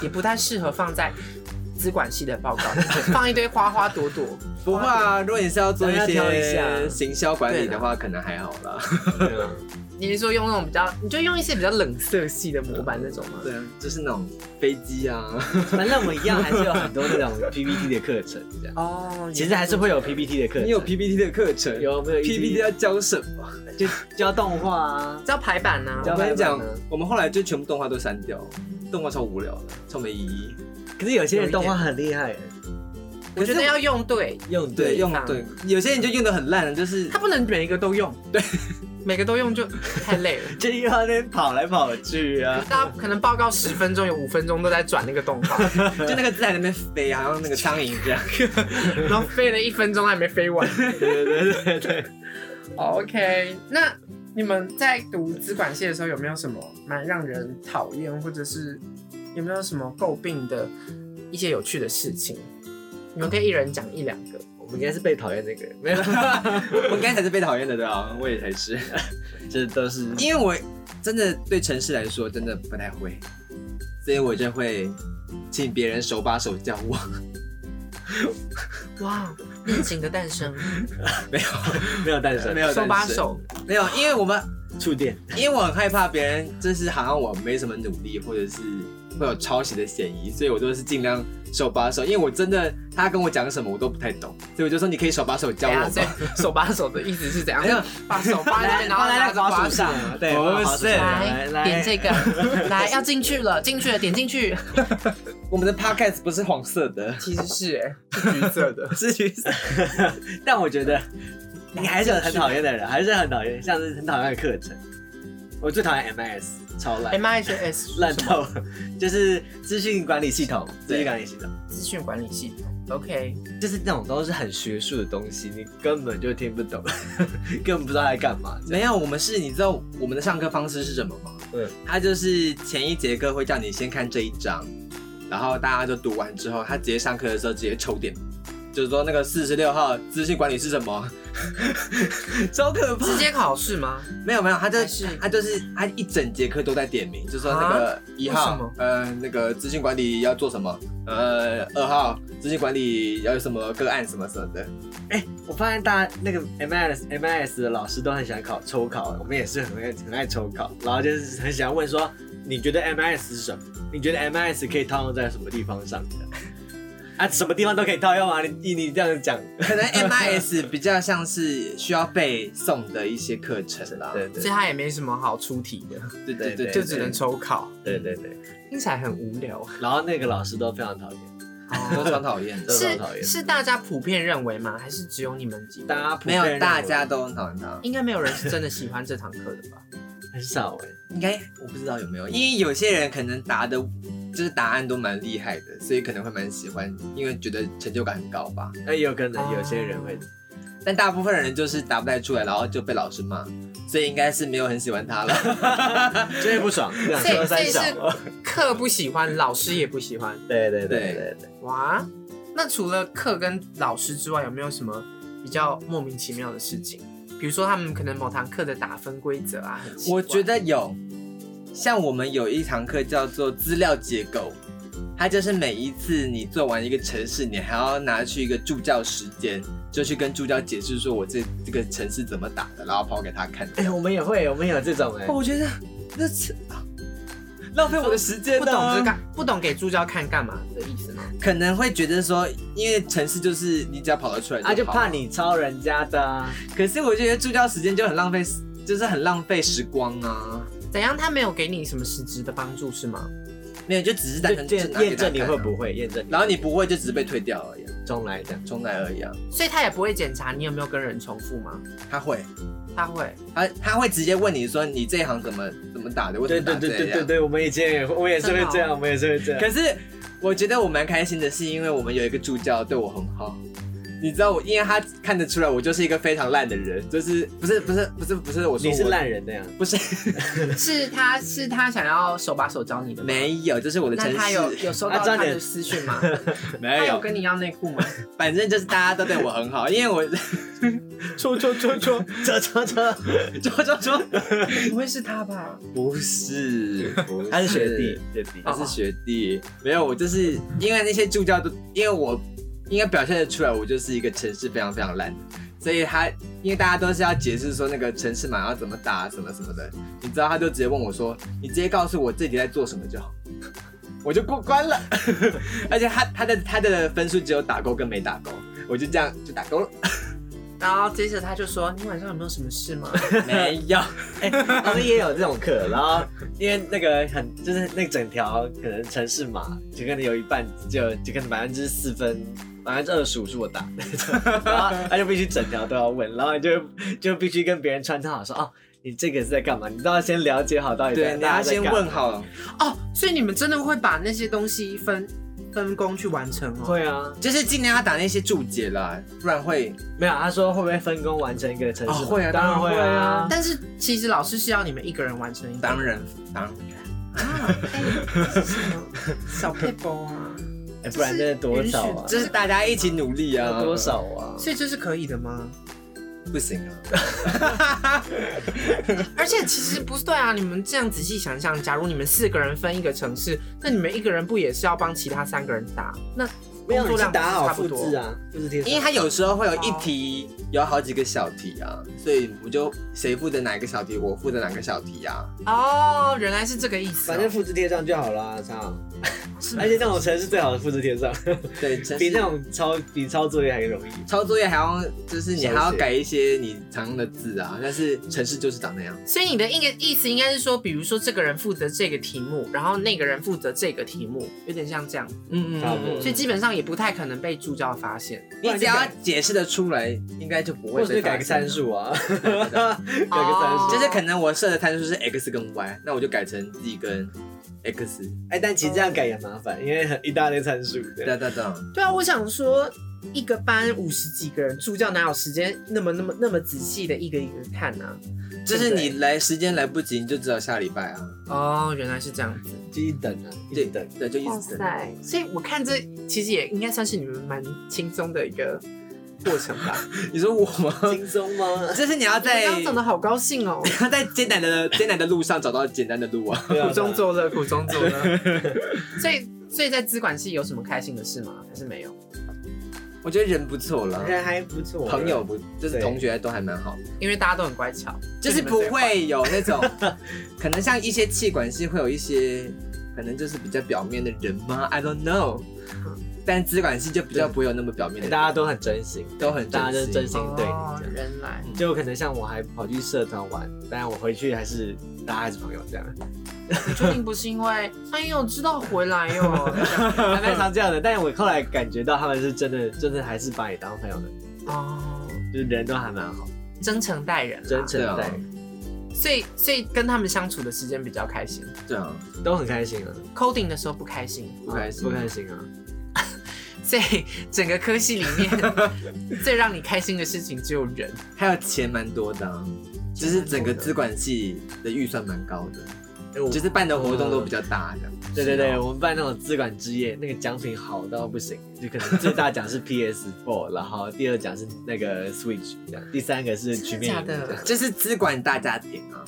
S3: 也不太适合放在资管系的报告，放一堆花花朵朵。
S1: 不会啊？如果你是要做一
S2: 大家挑一
S1: 些
S2: 下
S1: 行销管理的话，可能还好啦。
S2: 对啊
S3: 你是说用那种比较，你就用一些比较冷色系的模板那种吗？
S1: 对啊， 就是那种飞机啊，
S2: 反正我们一样还是有很多那种 PPT 的课程这样。
S3: 哦，
S2: 其实还是会有 PPT 的课程，
S1: 你有 PPT 的课程，
S2: 有没有
S1: PPT 要教什么？
S2: 就教动画啊，
S3: 叫排版呢、
S2: 教
S1: 我跟你
S2: 白板啊
S1: 讲
S2: 呢，
S1: 我们后来就全部动画都删掉，动画超无聊的，超没意义。
S2: 可是有些人动画很厉害，
S3: 我觉得要用对，
S2: 用
S1: 对，用
S3: 方
S1: 对，有些人就用的很烂，啊 就是
S3: 它不能每一个都用，对，每个都用就太累了。
S2: 就又要那边跑来跑去啊，
S3: 大家可能报告十分钟，有五分钟都在转那个动画，
S1: 就那个字在那边飞，好像那个苍蝇这样。
S3: 然后飞了一分钟还没飞完。
S2: 对对对对对。
S3: 哦 OK，那你们在读资管系的时候有没有什么蛮让人讨厌，或者是有没有什么诟病的一些有趣的事情？你们可以一人讲一两个。
S2: 我们应该是被讨厌那个，没有，
S1: 我刚才是被讨厌的，对啊，我也才是，
S2: 这都是
S1: 因为我真的对城市来说真的不太会，所以我就会请别人手把手教我。
S3: 哇，恋情的诞生，
S1: 没有，
S2: 没有诞生，
S1: 没有
S3: 手把手，
S1: 没有，因为我们
S2: 触电，
S1: 因为我很害怕别人就是好像我没什么努力，或者是会有抄袭的嫌疑，所以我都是尽量手把手。因为我真的他跟我讲什么我都不太懂，所以我就说你可以手把手教
S3: 等一
S1: 我
S3: 下所以
S1: 吧。
S3: 手把手的意思是怎样
S1: 没有？
S3: 把手放啊在那边，然后 拿
S2: 来
S3: 着
S2: 到
S3: 把
S2: 滑
S3: 手
S2: 鼠上啊，对，
S1: 不
S2: 滑鼠
S1: 是
S2: 上来
S3: 来
S2: 来
S3: 点这个，来要进去了，进去了，点进去。
S1: 我们的 podcast 不是黄色的，。
S3: 其实是哎、是橘色的
S1: 是橘色。
S2: 但我觉得你还是有很讨厌的人，还是很讨厌，像是很讨厌的课程。我最讨厌 MS，超烂，
S3: M I S S
S2: 烂到 就是资讯管理系统，资
S1: 对
S2: 讯管理系统
S3: 资讯管理系统，OK，
S2: 就是那种都是很学术的东西，你根本就听不懂， 根本不知道他在干嘛。
S1: 没有，我们是你知道我们的上课方式是什么吗？
S2: 嗯，
S1: 他就是前一节课会叫你先看这一章，然后大家就读完之后，他直接上课的时候直接抽点，就是说那个四十六号资讯管理是什么， 超可怕。
S3: 直接考试吗？
S1: 没有没有，他就
S3: 还是啊
S1: 他就是他一整节课都在点名，就说那个一号、
S3: 为什么
S1: 呃那个资讯管理要做什么，呃二号资讯管理要有什么个案什么什么的，
S2: 哎、我发现大家那个 MIS MIS 的老师都很喜欢考抽考，我们也是很爱很爱抽考，然后就是很喜欢问说，你觉得 MIS 是什么？你觉得 MIS 可以套用在什么地方上的？ 啊，什么地方都可以套用啊！你你这样讲，
S1: 可能 MIS 比较像是需要背诵的一些课程啦。
S2: 对对
S3: 所以它也没什么好出题的，
S1: 对对对
S2: 对
S1: 对，
S3: 就只能抽考，
S2: 对对对，
S3: 听起来很无聊。
S2: 然后那个老师都非常讨厌，
S1: 都
S3: 哦
S1: 超讨厌的，
S2: 真的很讨
S3: 是
S2: 厌
S3: 是大家普遍认为吗？还是只有你们几个？
S2: 大家 普
S1: 没
S2: 遍认
S1: 有
S2: 为
S1: 大家都很讨厌他，
S3: 应该没有人是真的喜欢这堂课的吧？
S2: 很少哎、
S1: 应该我不知道有没有，因为有些人可能答的，就是答案都蛮厉害的，所以可能会蛮喜欢，因为觉得成就感很高吧。
S2: 那有可能有些人会，
S1: 但大部分人就是答不太出来，然后就被老师骂，所以应该是没 有很喜欢他了。
S2: 就会不爽，两
S3: 所以
S2: 说三小。
S3: 所 课不喜欢，老师也不喜欢。
S2: 对对对
S1: 对
S2: 对对，
S3: 哇，那除了课跟老师之外，有没有什么比较莫名其妙的事情？比如说他们可能某堂课的打分规则啊，很奇怪
S1: 我觉得有，像我们有一堂课叫做资料结构，它就是每一次你做完一个城市，你还要拿去一个助教时间，就去跟助教解释说我这这个城市怎么打的，然后抛给他看。
S2: 哎、我们也会，我们也有这种哎、
S1: 哦我觉得那是啊 浪费我的时间、啊，
S3: 不懂这干不懂给助教看干嘛的意思吗？
S1: 可能会觉得说，因为城市就是你只要跑得出来
S2: 啊，就
S1: 好
S2: 怕。你抄人家的、啊，
S1: 可是我觉得助教时间就很浪费，就是很浪费时光啊。
S3: 怎样？他没有给你什么实质的帮助是吗？
S1: 没有，就只是单
S2: 就
S1: 纯就
S2: 验
S1: 拿给
S2: 验
S1: 他
S2: 证你
S1: 看
S2: 会
S1: 啊，
S2: 不会，验证
S1: 然后你不会就只是被退掉而已啊，
S2: 中来这样。
S1: 重来而已啊。
S3: 所以他也不会检查你有没有跟人重复吗？
S1: 他会，
S3: 他 会，
S1: 他他会直接问你说你这一行怎么怎么打的，为什
S2: 对
S1: 么打
S2: 对
S1: 这
S2: 对
S1: 样？
S2: 对对对，我们以前也会，我也是会这
S3: 真的
S2: 样，我们也是会这 样。
S1: 可是我觉得我蛮开心的，是因为我们有一个助教对我很好。你知道我，因为他看得出来我就是一个非常烂的人，就是不是不是不是不是我说
S2: 你是
S1: 我，
S2: 烂人那样，
S1: 不是
S3: 是他是他想要手把手教你的吗？
S1: 没有，就是我的城
S3: 那他有
S1: 市
S3: 有收
S2: 啊
S3: 到
S2: 这
S3: 他
S2: 样
S3: 的
S2: 你
S3: 私讯吗？
S1: 没
S3: 他有跟你要内裤吗？
S1: 反正就是大家都对我很好，因为我
S2: 戳戳戳戳 戳戳戳，
S1: 就就就
S3: 不会是他吧？
S1: 不是，哦不
S2: 他是学弟，学弟
S1: 他是学弟，没有我就是因为那些助教都，因为我应该表现得出来，我就是一个城市非常非常烂，所以他因为大家都是要解释说那个城市码要怎么打什么什么的，你知道他就直接问我说，你直接告诉我这题在做什么就好， 我就过关了， 而且他他的他的分数只有打勾跟没打勾，我就这样就打勾了，
S3: 然后接着他就说：“你晚上有没有什么事吗
S1: 没 有，
S2: 哎，我们也有这种课，然后因为那个很就是那整条可能城市码，就可能有一半就就可能百分之四分。百分之二十五是我打的，然后他就必须整条都要问，然后你就就必须跟别人穿插好说哦，你这个是在干嘛？你都要先了解好到底
S1: 对，你要
S2: 大家在
S1: 先
S2: 干
S1: 问
S2: 嘛
S1: 好。？”
S3: 哦，所以你们真的会把那些东西分分工去完成哦。
S2: 会啊，
S1: 就是尽量要打那些注解啦，不然会
S2: 没有，他说会不会分工完成一个城市码？
S1: 哦会啊
S2: 当
S1: 当
S2: 然
S1: 然
S2: 会
S1: 会
S2: 啊
S1: 啊。
S3: 但是其实老师是要你们一个人完成一个
S1: 当然当然
S3: 啊，哎、这是什么小 paper 啊，
S2: 哎不然那多少啊？
S1: 就是大家一起努力啊，
S2: 要多少啊？
S3: 所以这是可以的吗？
S1: 不行 啊？
S3: 而且其实不是对啊，你们这样仔细想想，假如你们四个人分一个城市，那你们一个人不也是要帮其他三个人打？那
S2: 没有，
S3: 工
S2: 你
S3: 作
S2: 是
S3: 量
S2: 打好
S3: 差不
S2: 复
S3: 多
S2: 制啊，复制贴上。
S1: 因为它有时候会有一题有好几个小题啊，所以我就谁负责哪个小题，我负责哪个小题啊。
S3: 哦，原来是这个意思哦、
S2: 反正复制贴上就好啦，操！
S3: 是
S2: 而且那种城市最好的复制贴上，
S1: 对，真
S2: 比那
S1: 是
S2: 种抄比抄作业还容易。
S1: 抄作业还要就是你还
S2: 手
S1: 要
S2: 写
S1: 改一些你常用的字啊，但是城市就是长那样。
S3: 所以你的一个意思应该是说，比如说这个人负责这个题目，然后那个人负责这个题目，有点像这样，
S1: 嗯
S2: 差不多
S3: 所以基本上也不太可能被助教发现。
S1: 你只要解释的出来，应该就不
S2: 或
S1: 会
S2: 者是
S1: 被发现
S2: 改个参数啊，改个参
S3: 哦
S2: 数。
S1: 就是可能我设的参数是 x 跟 y，那我就改成 z 跟 x。
S2: 哎，但其实这样改也麻烦，因为很一大堆参数。
S1: 对啊对啊对啊，
S3: 对啊，我想说，一个班五十几个人，助教哪有时间那么那么那么仔细的一个一个看啊？
S1: 就是你来时间来不及，你就只有下礼拜啊。
S3: 哦，原来是这样子。
S2: 就一等啊，一
S1: 对
S2: 直等。
S1: 对，就一直等。
S3: 塞！所以我看这其实也应该算是你们蛮轻松的一个过程 吧。
S1: 你说我 吗？
S2: 轻 松吗？
S1: 就是你要在
S3: 你们刚刚讲的好高兴哦，
S1: 要 在艰难的艰难的路上找到简单的路啊。
S2: 对啊
S3: 苦中。作乐，苦中作乐。 所以，所以在资管系有什么开心的事吗？还是没有？
S1: 我觉得人不错
S2: 对
S1: 了
S2: 啊，人还不错，
S1: 朋友不就是同学都还蛮好，
S3: 因为大家都很乖巧，
S1: 就是不会有那 种可能像一些气管系会有一些可能就是比较表面的人吗？I don't know。但资管系就比较不会有那么表面的
S2: 大
S1: 人，
S2: 家都很真心，
S1: 都很
S2: 大家都是真
S1: 心。
S2: 心对你
S3: 哦
S2: 这样。
S3: 原来
S2: 就可能像我还跑去社团玩，但我回去还是大家还是朋友这样。
S3: 我确定不是因为哎呦知道回来哟，
S2: 还蛮常这样的。但我后来感觉到他们是真的，真的还是把你当朋友的，
S3: 哦，
S2: 就是人都还蛮好，
S3: 真诚待人啦，
S2: 真诚
S1: 对啊
S2: 待，
S3: 所以所以跟他们相处的时间比较开心
S1: 对啊，
S2: 都很开心啊，
S3: ，coding 的时候不开心，
S1: 不开心
S2: 不开心啊。
S3: 所以整个科系里面最让你开心的事情只有人。
S1: 还有钱蛮多的、啊，就是整个资管系的预算蛮高的，
S2: 哎我
S1: 就是办的活动都比较大的。
S2: 对对
S1: 哦
S2: 对，我们办那种资管之夜，那个奖品好到不行，就可能最大奖是 PS4，然后第二奖是那个 Switch，这样第三个是曲面
S3: 真的假的
S2: 这样
S1: 就是资管大家庭啊，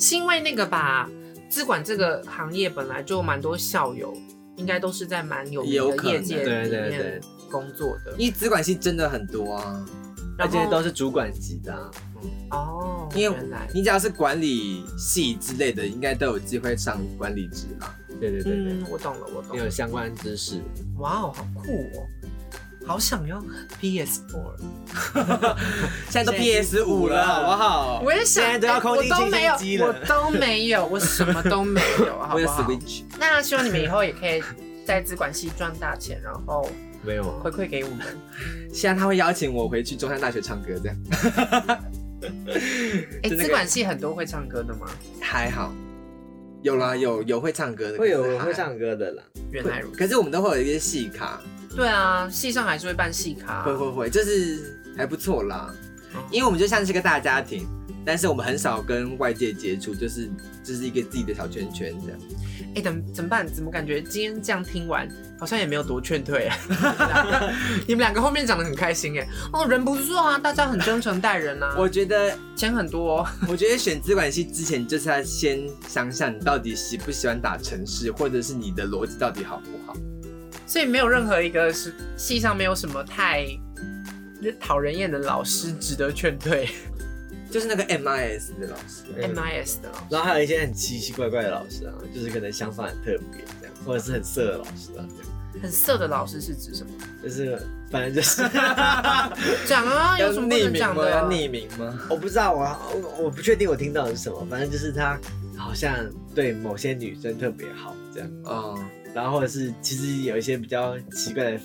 S3: 是因为那个吧，资管这个行业本来就蛮多校友，应该都是在蛮有
S1: 也有
S3: 名
S1: 可
S3: 的
S1: 能
S3: 业界
S2: 对
S3: 里
S2: 对
S3: 面
S2: 对
S3: 工作的，
S1: 因为资管系真的很多啊。
S2: 而
S3: 然
S2: 且
S3: 后
S2: 都是主管级的、啊，
S3: 哦，
S1: 因为
S3: 原来
S1: 你只要是管理系之类的，应该都有机会上管理职啊。
S2: 对对对对，
S3: 嗯，我懂了，我懂
S2: 你
S3: 了
S2: 有，相关知识，
S3: 哇哦，好酷哦，好想要 PS4，
S1: 现在都
S2: 现在
S1: PS 五了，好不好？
S3: 我也想，
S2: 现在都要
S3: 哎
S2: 空
S3: 我
S2: 气
S3: 都
S2: 清
S3: 没
S2: 新
S3: 有
S2: 机，
S3: 我
S2: 了
S3: 都没有，我什么都没 有，好
S1: 我
S3: 不
S1: 有
S3: 好？
S1: Switch，
S3: 那希望你们以后也可以在资管系赚大钱，然后
S2: 没有啊
S3: 回？馈给我们。
S1: 现在他会邀请我回去中山大学唱歌，这样
S3: 哎，
S1: 就那个
S3: 资管系很多会唱歌的吗？
S1: 还好。有啦，有有会唱歌的，
S2: 会
S1: 可是
S2: 有
S1: 还
S2: 会唱歌的啦，
S3: 原来
S1: 会
S3: 如此。
S1: 可是我们都会有一些戏卡，
S3: 对啊，系上还是会办系卡、
S1: 会会会，就是还不错啦
S3: 嗯。
S1: 因为我们就像是个大家庭，但是我们很少跟外界接触，就是就是一个自己的小圈圈这样。
S3: 哎、怎怎么办？怎么感觉今天这样听完，好像也没有多劝退 啊？你们两个后面讲的很开心哎，哦，人不错啊，大家很真诚待人啊，
S1: 我觉得，
S3: 钱很多、哦，
S1: 我觉得选资管系之前，就是要先想想你到底喜不喜欢打城市，或者是你的逻辑到底好不好。
S3: 所以没有任何一个是系上没有什么太讨人厌的老师值得劝退。
S1: 就是那个 MIS 的老师，
S2: 嗯
S3: MIS 的老哦师，
S2: 然后还有一些很奇奇怪怪的老师啊，就是可能想法很特别这样，或者是很色的老师啊，这样，
S3: 很色的老师是指什么？
S2: 就是 反正就是，呃
S3: 讲啊，有什么不
S1: 匿
S3: 能
S1: 名
S3: 讲
S1: 吗？要
S3: 的？
S1: 匿名吗？
S2: 我不知道我我我不确定我听到的是什么，反正就是他好像对某些女生特别好这样，
S1: 哦，
S2: 然后或者是其实有一些比较奇怪的，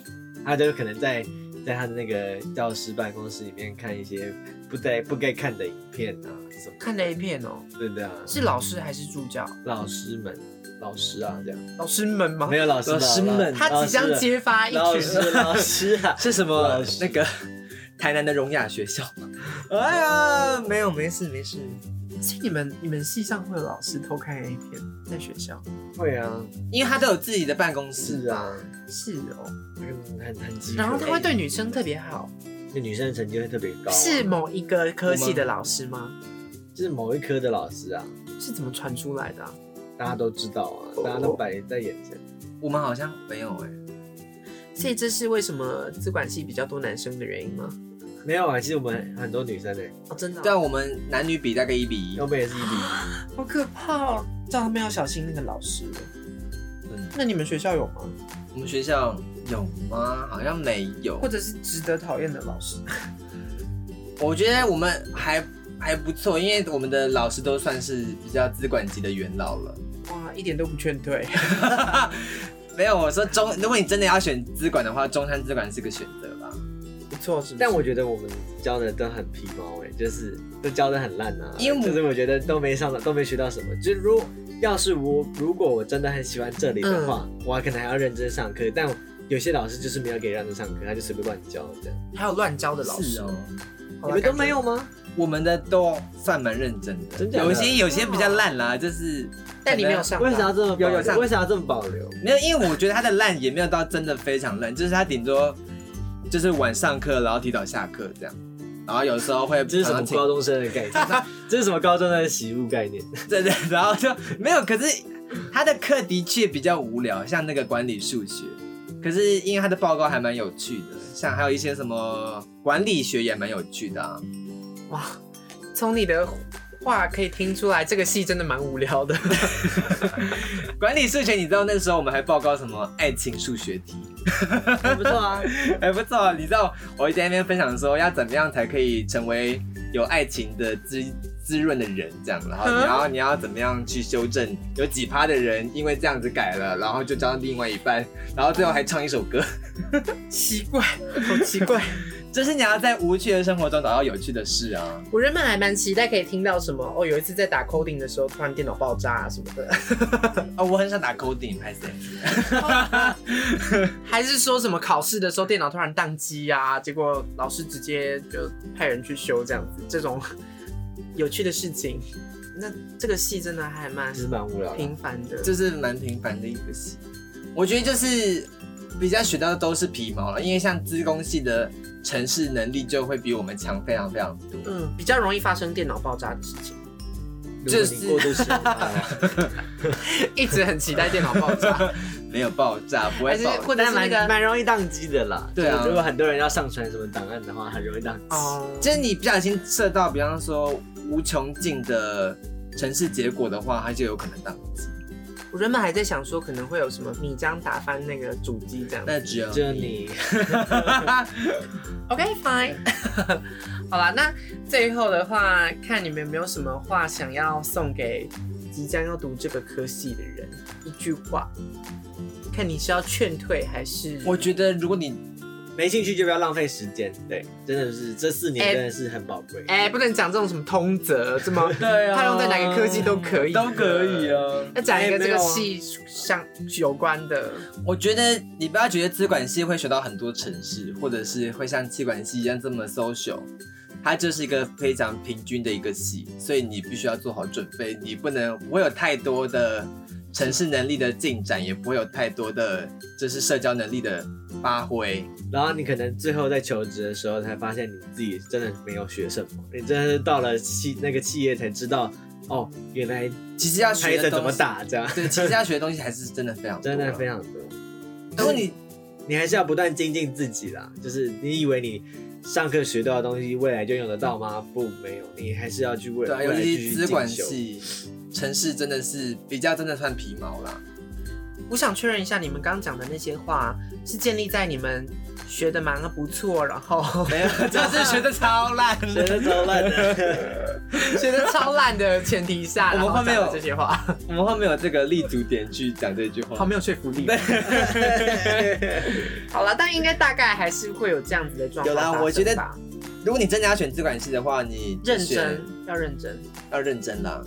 S2: 他就可能在在他的那个教室办公室里面看一些不该不该看的影片啊什么
S3: 看雷片哦，
S2: 的，对不对啊？
S3: 是老师还是助教？
S2: 老师们，老师啊这样。
S3: 老师们吗
S2: 没？有老师，啊
S1: 老师
S2: 哦
S1: 们，
S3: 他即将揭发一
S2: 老啊
S3: 群
S2: 师， 老师啊
S1: 是什么
S2: 老？师
S1: 那个 台南的聋哑学校吗？哎呀，没有，没事，没事。
S3: 所以你们你们系上会有老师偷看 A 片在学校？
S2: 会啊，
S1: 因为他都有自己的办公室
S2: 是
S1: 啊，
S2: 啊，
S3: 是哦。
S2: 嗯很很很奇怪。哎
S3: 然后他会对女生特别好，
S2: 那女生的成绩会特别高啊，
S3: 是某一个科系的老师吗？
S2: 就是某一科的老师啊，
S3: 是怎么传出来的啊、
S2: 大家都知道啊，大家都摆在眼前。
S1: 我们好像没有哎、
S3: 所以这是为什么资管系比较多男生的原因吗？
S2: 没有啊，其实我们很多女生呢，
S3: 哦，真的
S1: 对
S3: 啊、
S1: 啊，我们男女比大概一比一
S2: 我，们也是一比一，
S3: 好可怕哦！叫他们要小心那个老师了。
S1: 嗯，
S3: 那你们学校有吗？
S1: 我们学校有吗？好像没有
S3: 或。者是值得讨厌的老师？
S1: 我觉得我们还还不错，因为我们的老师都算是比较资管级的元老了。
S3: 哇，一点都不劝退。
S1: 没有，我说中，如果你真的要选资管的话，中山资管是个选择吧。
S3: 不错，是不是？
S2: 但我觉得我们教的都很皮毛哎，就是都教的很烂啊，
S1: 因为我
S2: 就是我觉得都没上到，都没学到什么。就是如要是我如果我真的很喜欢这里的话，
S3: 嗯
S2: 我还可能还要认真上课，但有些老师就是没有给认真上课，他就随便乱教这样。
S3: 还有乱教的老师
S1: 是哦，
S3: 好
S2: 你们
S3: 啦
S2: 都
S3: 感觉
S2: 没有吗？
S1: 我们的都算蛮认真的，
S2: 真假的
S1: 有些有些比较烂啦，就是
S3: 但你没有上到
S2: 为啥这么保
S1: 有有上
S2: 留？为啥这么保留？
S1: 没有，因为我觉得他的烂也没有到真的非常烂，就是他顶多就是晚上课，然后提早下课这样，然后有时候会
S2: 这是什么
S1: 常常请
S2: 高中生的 概念？这是什么高中生的习物概念？
S1: 对对，然后就没有。可是他的课的确比较无聊，像那个管理数学。可是因为他的报告还蛮有趣的，像还有一些什么管理学也蛮有趣的啊。
S3: 哇，从你的话可以听出来，这个戏真的蛮无聊 的。
S1: 管理数学，你知道那时候我们还报告什么爱情数学题，
S2: 还不错啊。
S1: 还不错。你知道我一直在那边分享说，要怎么样才可以成为有爱情的滋滋润的人，这样，然后你
S3: 嗯
S1: 要你要怎么样去修正，有几趴的人因为这样子改了，然后就交到另外一半，然后最后还唱一首歌，
S3: 奇怪， 好奇怪。
S1: 就是你要在无趣的生活中找到有趣的事啊。
S3: 我原本还蛮期待可以听到什么哦，有一次在打 coding 的时候，突然电脑爆炸啊什么 的，
S1: 哦，我很想打 coding，拍谁？
S3: 还是说什么考试的时候电脑突然宕机啊，结果老师直接就派人去修这样子，这种有趣的事情。那这个戏真的还蛮
S2: 其实蛮无聊的。
S3: 平凡的，
S1: 就是蛮平凡的一个戏。我觉得就是比较学到的都是皮毛了，因为像资工系的城市能力就会比我们强非常非常多。
S3: 嗯，比较容易发生电脑爆炸的事情。
S1: 就
S2: 如
S1: 是
S2: 果你过度使用它的话，
S3: 一直很期待电脑爆炸，
S1: 没有爆炸，不会
S3: 还是
S1: 爆炸。
S3: 或者是
S2: 但
S3: 那
S2: 蛮
S3: 个
S2: 蛮容易宕机的啦。
S1: 对啊
S2: 就是如果很多人要上传什么档案的话，很容易宕机。
S3: 哦，
S1: 就是你不小心设到，比方说无穷尽的城市结果的话，它就有可能当。
S3: 我原本还在想说可能会有什么米浆打翻那个主机这样子。
S1: 那只有
S2: 就你
S3: OK fine 。 好啦，那最后的话，看你们有没有什么话想要送给即将要读这个科系的人，一句话，看你是要劝退还是
S1: 我觉得如果你
S2: 没兴趣就不要浪费时间。对，真的是这四
S3: 哎
S2: 年真的是很宝贵。
S3: 哎、不能讲这种什么通则，这么
S1: 对啊
S3: 它用在哪个科技都可以，
S1: 都可以。啊。
S3: 那讲一个
S2: 哎没
S3: 这
S2: 有
S3: 个
S2: 啊
S3: 系相有关的，
S1: 我觉得你不要觉得资管系会学到很多城市，或者是会像气管系一样这么 social，它就是一个非常平均的一个系，所以你必须要做好准备，你不能不会有太多的城市能力的进展，也不会有太多的就是社交能力的发挥。
S2: 然后你可能最后在求职的时候才发现你自己真的没有学什么，你真的是到了企那个企业才知道，哦，原来
S1: 其实要
S2: 拍
S1: 学
S2: 着
S1: 的
S2: 怎
S1: 东
S2: 么
S1: 西，
S2: 打这样，
S1: 对，其实要学的东西还是真的非常多啊
S2: 真的非常多。
S1: 如果你
S2: 你还是要不断精进自己啦。就是你以为你上课学到的东西，未来就用得到吗？不，没有，你还是要去为
S1: 对啊，
S2: 未
S1: 尤
S2: 来
S1: 其
S2: 继
S1: 是
S2: 续
S1: 资
S2: 进
S1: 管
S2: 修。
S1: 系城市真的是比较真的算皮毛啦。
S3: 我想确认一下，你们刚刚讲的那些话是建立在你们学的蛮不错，然后
S1: 没有，就是学的超烂的，
S2: 学的超烂的，
S3: 学的超烂的前提
S1: 我
S3: 下，
S1: 们
S3: 然后
S1: 后面
S3: 讲了
S1: 有
S3: 这些话。
S1: 我们后面有这个立足点去讲这句话
S3: 好。没有说服力。好了，但应该大概还是会有这样子的状
S1: 有
S3: 况发生
S1: 啦
S3: 吧。
S1: 我觉得如果你真的要选资管系的话，你
S3: 认
S1: 选
S3: 真要认真，
S1: 要认真啦。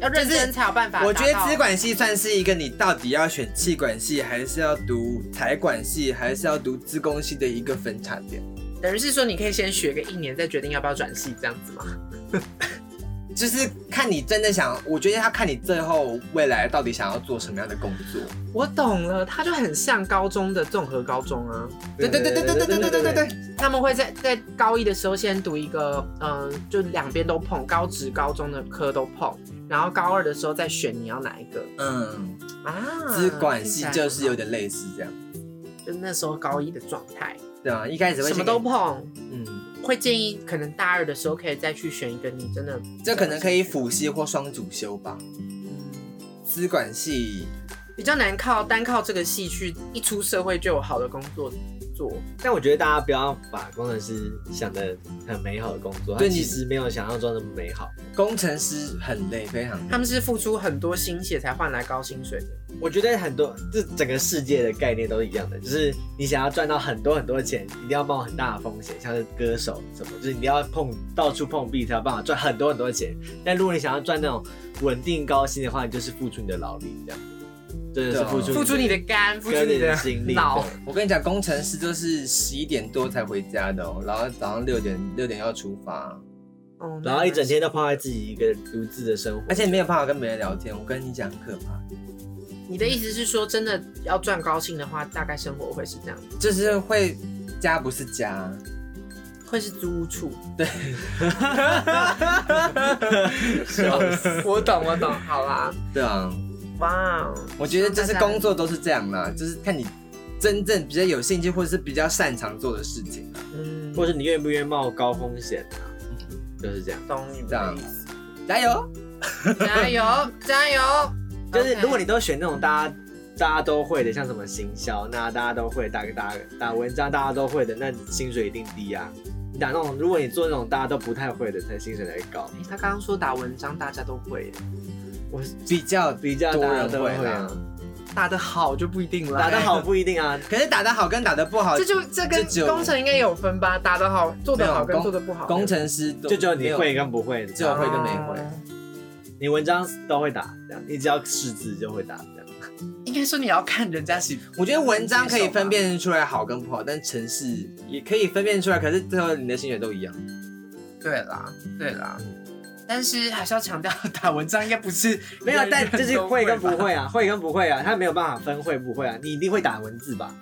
S3: 要认真才有办法达到。
S1: 我觉得资管系算是一个你到底要选气管系，还是要读财管系，还是要读资工系的一个分叉点。
S3: 等于是说，你可以先学个一年，再决定要不要转系这样子嘛。
S1: 就是看你真的想，我觉得要看你最后未来到底想要做什么样的工作。
S3: 我懂了，它就很像高中的综合高中啊。
S1: 对对对对对对对对对对对，
S3: 他们会在在高一的时候先读一个，嗯、就两边都碰，高职、高中的科都碰，然后高二的时候再选你要哪一个
S1: 嗯，
S3: 啊。
S1: 资管系就是有
S3: 点，
S1: 点类似这样，
S3: 就那时候高一的状态，
S1: 对啊，一开始会
S3: 什
S1: 先给
S3: 么都
S1: 你
S3: 碰，
S1: 嗯，
S3: 会建议可能大二的时候可以再去选一个你真的
S1: 这可能可以辅系或双主修吧。
S3: 嗯
S1: 资管系
S3: 比较难靠单靠这个戏去一出社会就有好的工作做。
S2: 但我觉得大家不要把工程师想的很美好的工作，
S1: 对
S2: 它
S1: 你
S2: 其实没有想象中那么美好。
S1: 工程师很累，非常累。
S3: 他们是付出很多心血才换来高薪水的，
S2: 我觉得很多这整个世界的概念都是一样的，就是你想要赚到很多很多钱，一定要冒很大的风险，像是歌手什么，就是你要碰到处碰壁才有办法赚很多很多钱。但如果你想要赚那种稳定高薪的话，你就是付出你的劳力，这样真的
S1: 对
S2: 是
S1: 啊
S2: 付出
S3: 付出你的肝，付出
S2: 跟
S3: 你
S2: 你
S3: 的
S2: 的心力
S3: 脑
S2: 对。
S1: 我跟你讲，工程师都是十一点多才回家的、哦，然后早上六点六点要出发，
S3: 哦
S2: 然后一整天都泡在自己一个独自的生活，
S1: 而且没有办法跟别人聊天。我跟你讲，很可怕，
S3: 你的意思是说，真的要赚高薪的话，大概生活会是这样，
S1: 就是会家不是家，
S3: 会是租 屋处。
S1: 笑死
S3: 我懂，我懂。好啦，
S1: 对啊，
S3: 哇哦，
S1: 我觉得就是工作都是这样啦，就是看你真正比较有兴趣或者是比较擅长做的事情啊。
S3: 嗯，
S2: 或
S3: 我
S2: 是你愿不愿意冒高风险啊，就是这样。
S3: 懂你
S1: 这
S3: 的
S1: 样
S3: 意思。
S1: 这加油！
S3: 加油，加油！
S2: 就是如果
S3: OK
S2: 你都选那种大家大家都会的，像什么行销，那大家都会打个打打文章，大家都会的，那薪水一定低啊。你打那种，如果你做那种大家都不太会的，才薪水才会高。
S3: 诶他刚刚说打文章大家都会，
S2: 我
S1: 比较
S2: 比较
S1: 多
S2: 大家
S1: 人
S2: 都
S1: 会
S2: 会
S1: 啦
S2: 啊，，
S3: 打得好就不一定了。
S2: 打得好不一定啊。
S1: 可是打得好跟打得不好，
S3: 这就这跟
S1: 这只有
S3: 工程应该有分吧？打得好，做得好
S1: 没有工
S3: 跟做得不好，
S1: 工程师都
S2: 就只有你
S1: 没
S2: 会跟不会的，
S1: 只有会跟没会
S2: 啊
S3: 哦
S2: 你文章都会打，这样你只要识字就会打，这样。
S3: 应该说你要看人家喜。
S1: 我觉得文章可以分辨出来好跟不好，但城市也可以分辨出来，可是最后你的薪水都一样。
S3: 对啦，对啦，但是还是要强调，打文章应该不是
S2: 没有，啊 但
S3: 这
S2: 就是会跟不会啊，会跟不会啊，他没有办法分会不会啊，你一定会打文字吧？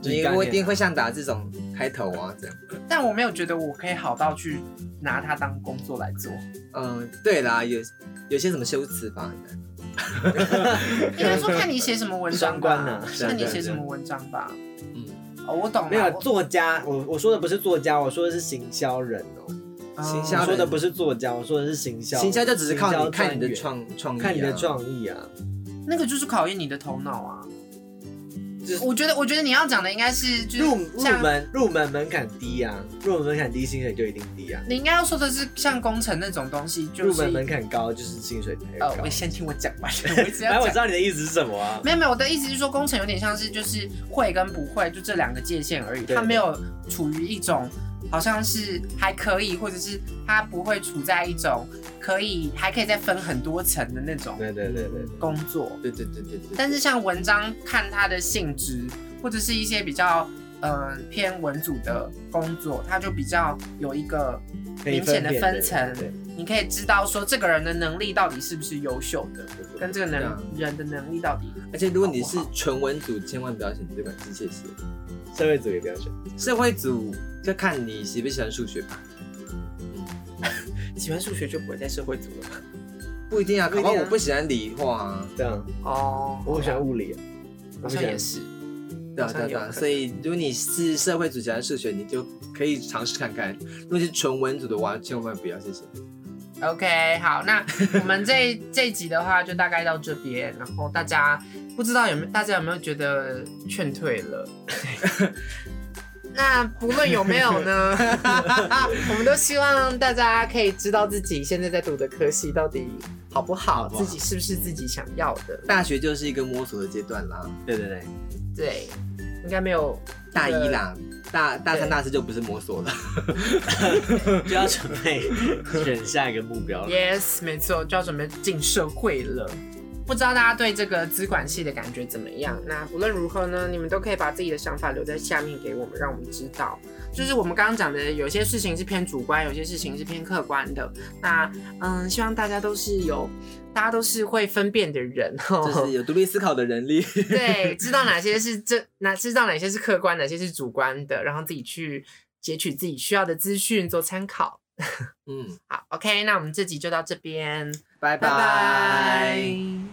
S2: 就是
S1: 你
S2: 概念啊
S1: 我一定会像打这种开头啊，这样。
S3: 但我没有觉得我可以好到去拿它当工作来 做。
S1: 嗯，对啦，有有些什么修辞法，
S2: 啊
S3: 应该说看你写什么文章
S2: 双关
S3: 吧
S2: 啊，
S3: 看你写什么文章吧。
S1: 嗯
S3: 哦，我懂 了。
S2: 没有啊
S3: 我
S2: 作家，我我说的不是作家，我说的是行销人哦。
S1: 行
S2: 我
S1: 销
S2: 说
S1: 人
S2: 的不是作家，我说的是行销。
S1: 行销就只是靠你
S2: 行销
S1: 看你的
S2: 专员，
S1: 创创意、啊，
S2: 看你的。创意啊。
S3: 那个就是考验你的头脑啊
S2: 就是。
S3: 我觉得，我觉得你要讲的应该是就是
S2: 入入
S3: 像
S2: 门入门门槛低啊，入门门槛低，薪水就一定低啊。
S3: 你应该要说的是像工程那种东西，就
S2: 入
S3: 是
S2: 门门槛高就是薪水才会
S3: 呃，
S2: 高
S3: 我。先听我讲完，我一直
S2: 哎，
S3: 要
S2: 我知
S3: 讲。
S2: 道你的意思是什么啊。
S3: 没有没有，我的意思是说，工程有点像是就是会跟不会，就这两个界限而已，
S2: 对
S3: 它没有处于一种好像是还可以，或者是它不会处在一种可以还可以再分很多层的那种
S2: 对对对对对。
S3: 工作。
S1: 对对对对对。
S3: 但是像文章，看它的性质，或者是一些比较呃偏文组的工作，它就比较有一个
S2: 可以
S3: 明显的
S2: 辨
S3: 分层
S2: 对
S3: 你可以知道说这个人的能力到底是不是优秀的，
S2: 对
S3: 跟这个能人的能力到底。
S1: 而且如果你是
S3: 好不好
S1: 纯文组，千万不要选这款机械系。
S2: 嗯社会主义标准。
S1: 社会组就看你喜不喜欢数学吧，
S3: 喜欢数学就不会在社会组了。
S1: 不一定啊。
S2: 不
S1: 搞
S2: 一定啊
S1: 不好我不喜欢理化啊，
S2: 这样，
S3: 哦，
S2: 我很喜欢物理，啊
S3: 好
S2: 我不
S3: 像
S2: 喜欢
S3: 也是。
S1: 对啊对啊
S3: 好像
S1: 对
S3: 有可
S1: 啊。
S3: 能
S1: 所以如果你是社会组喜欢数学，你就可以尝试看看；如果是纯文组的话，千万不要，谢谢。
S3: OK，好，那我们这这一集的话就大概到这边，然后大家不知道有没有大家有没有觉得劝退了？ 那不论有没有呢， 我们都希望大家可以知道自己现在在读的科系到底好不好，
S2: 好不好
S3: 自己是不是自己想要的。
S1: 大学就是一个摸索的阶段啦，
S2: 对对对，
S3: 对，应该没有
S1: 大一啦，大大
S3: 对
S1: 三大四就不是摸 索了。
S2: 就要准备选下一个目标了。
S3: Yes，没错，就要准备进社会了。不知道大家对这个资管系的感觉怎么样？那不论如何呢，你们都可以把自己的想法留在下面给我们，让我们知道。就是我们刚刚讲的，有些事情是偏主观，有些事情是偏客观的。那嗯，希望大家都是有，大家都是会分辨的人哦。
S1: 就是有独立思考的能力。
S3: 对，知道哪些是这，哪知道哪些是客观，哪些是主观的，然后自己去截取自己需要的资讯做参考。
S1: 嗯，
S3: 好，OK，那我们这集就到这边。
S1: 拜
S3: 拜拜。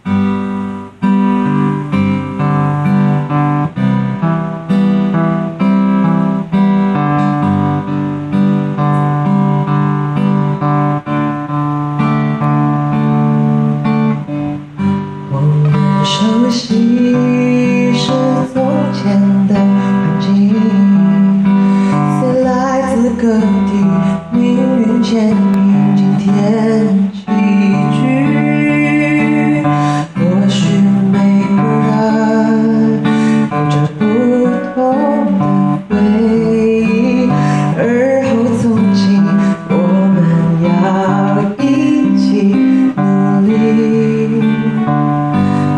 S4: 我们熟悉是从前的痕迹，虽来自各地，命运牵引今天起居。或许每个人有着不同的回忆，而后从今，我们要一起努力。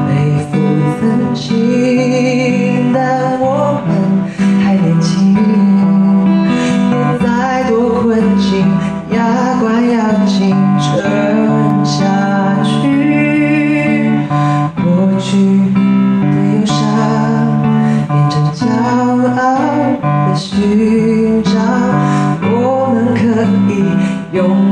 S4: 背负曾经，但我们还年轻，别再多困境，牙关咬紧，撑下去。过去的忧伤，变成骄傲的勋章，我们可以勇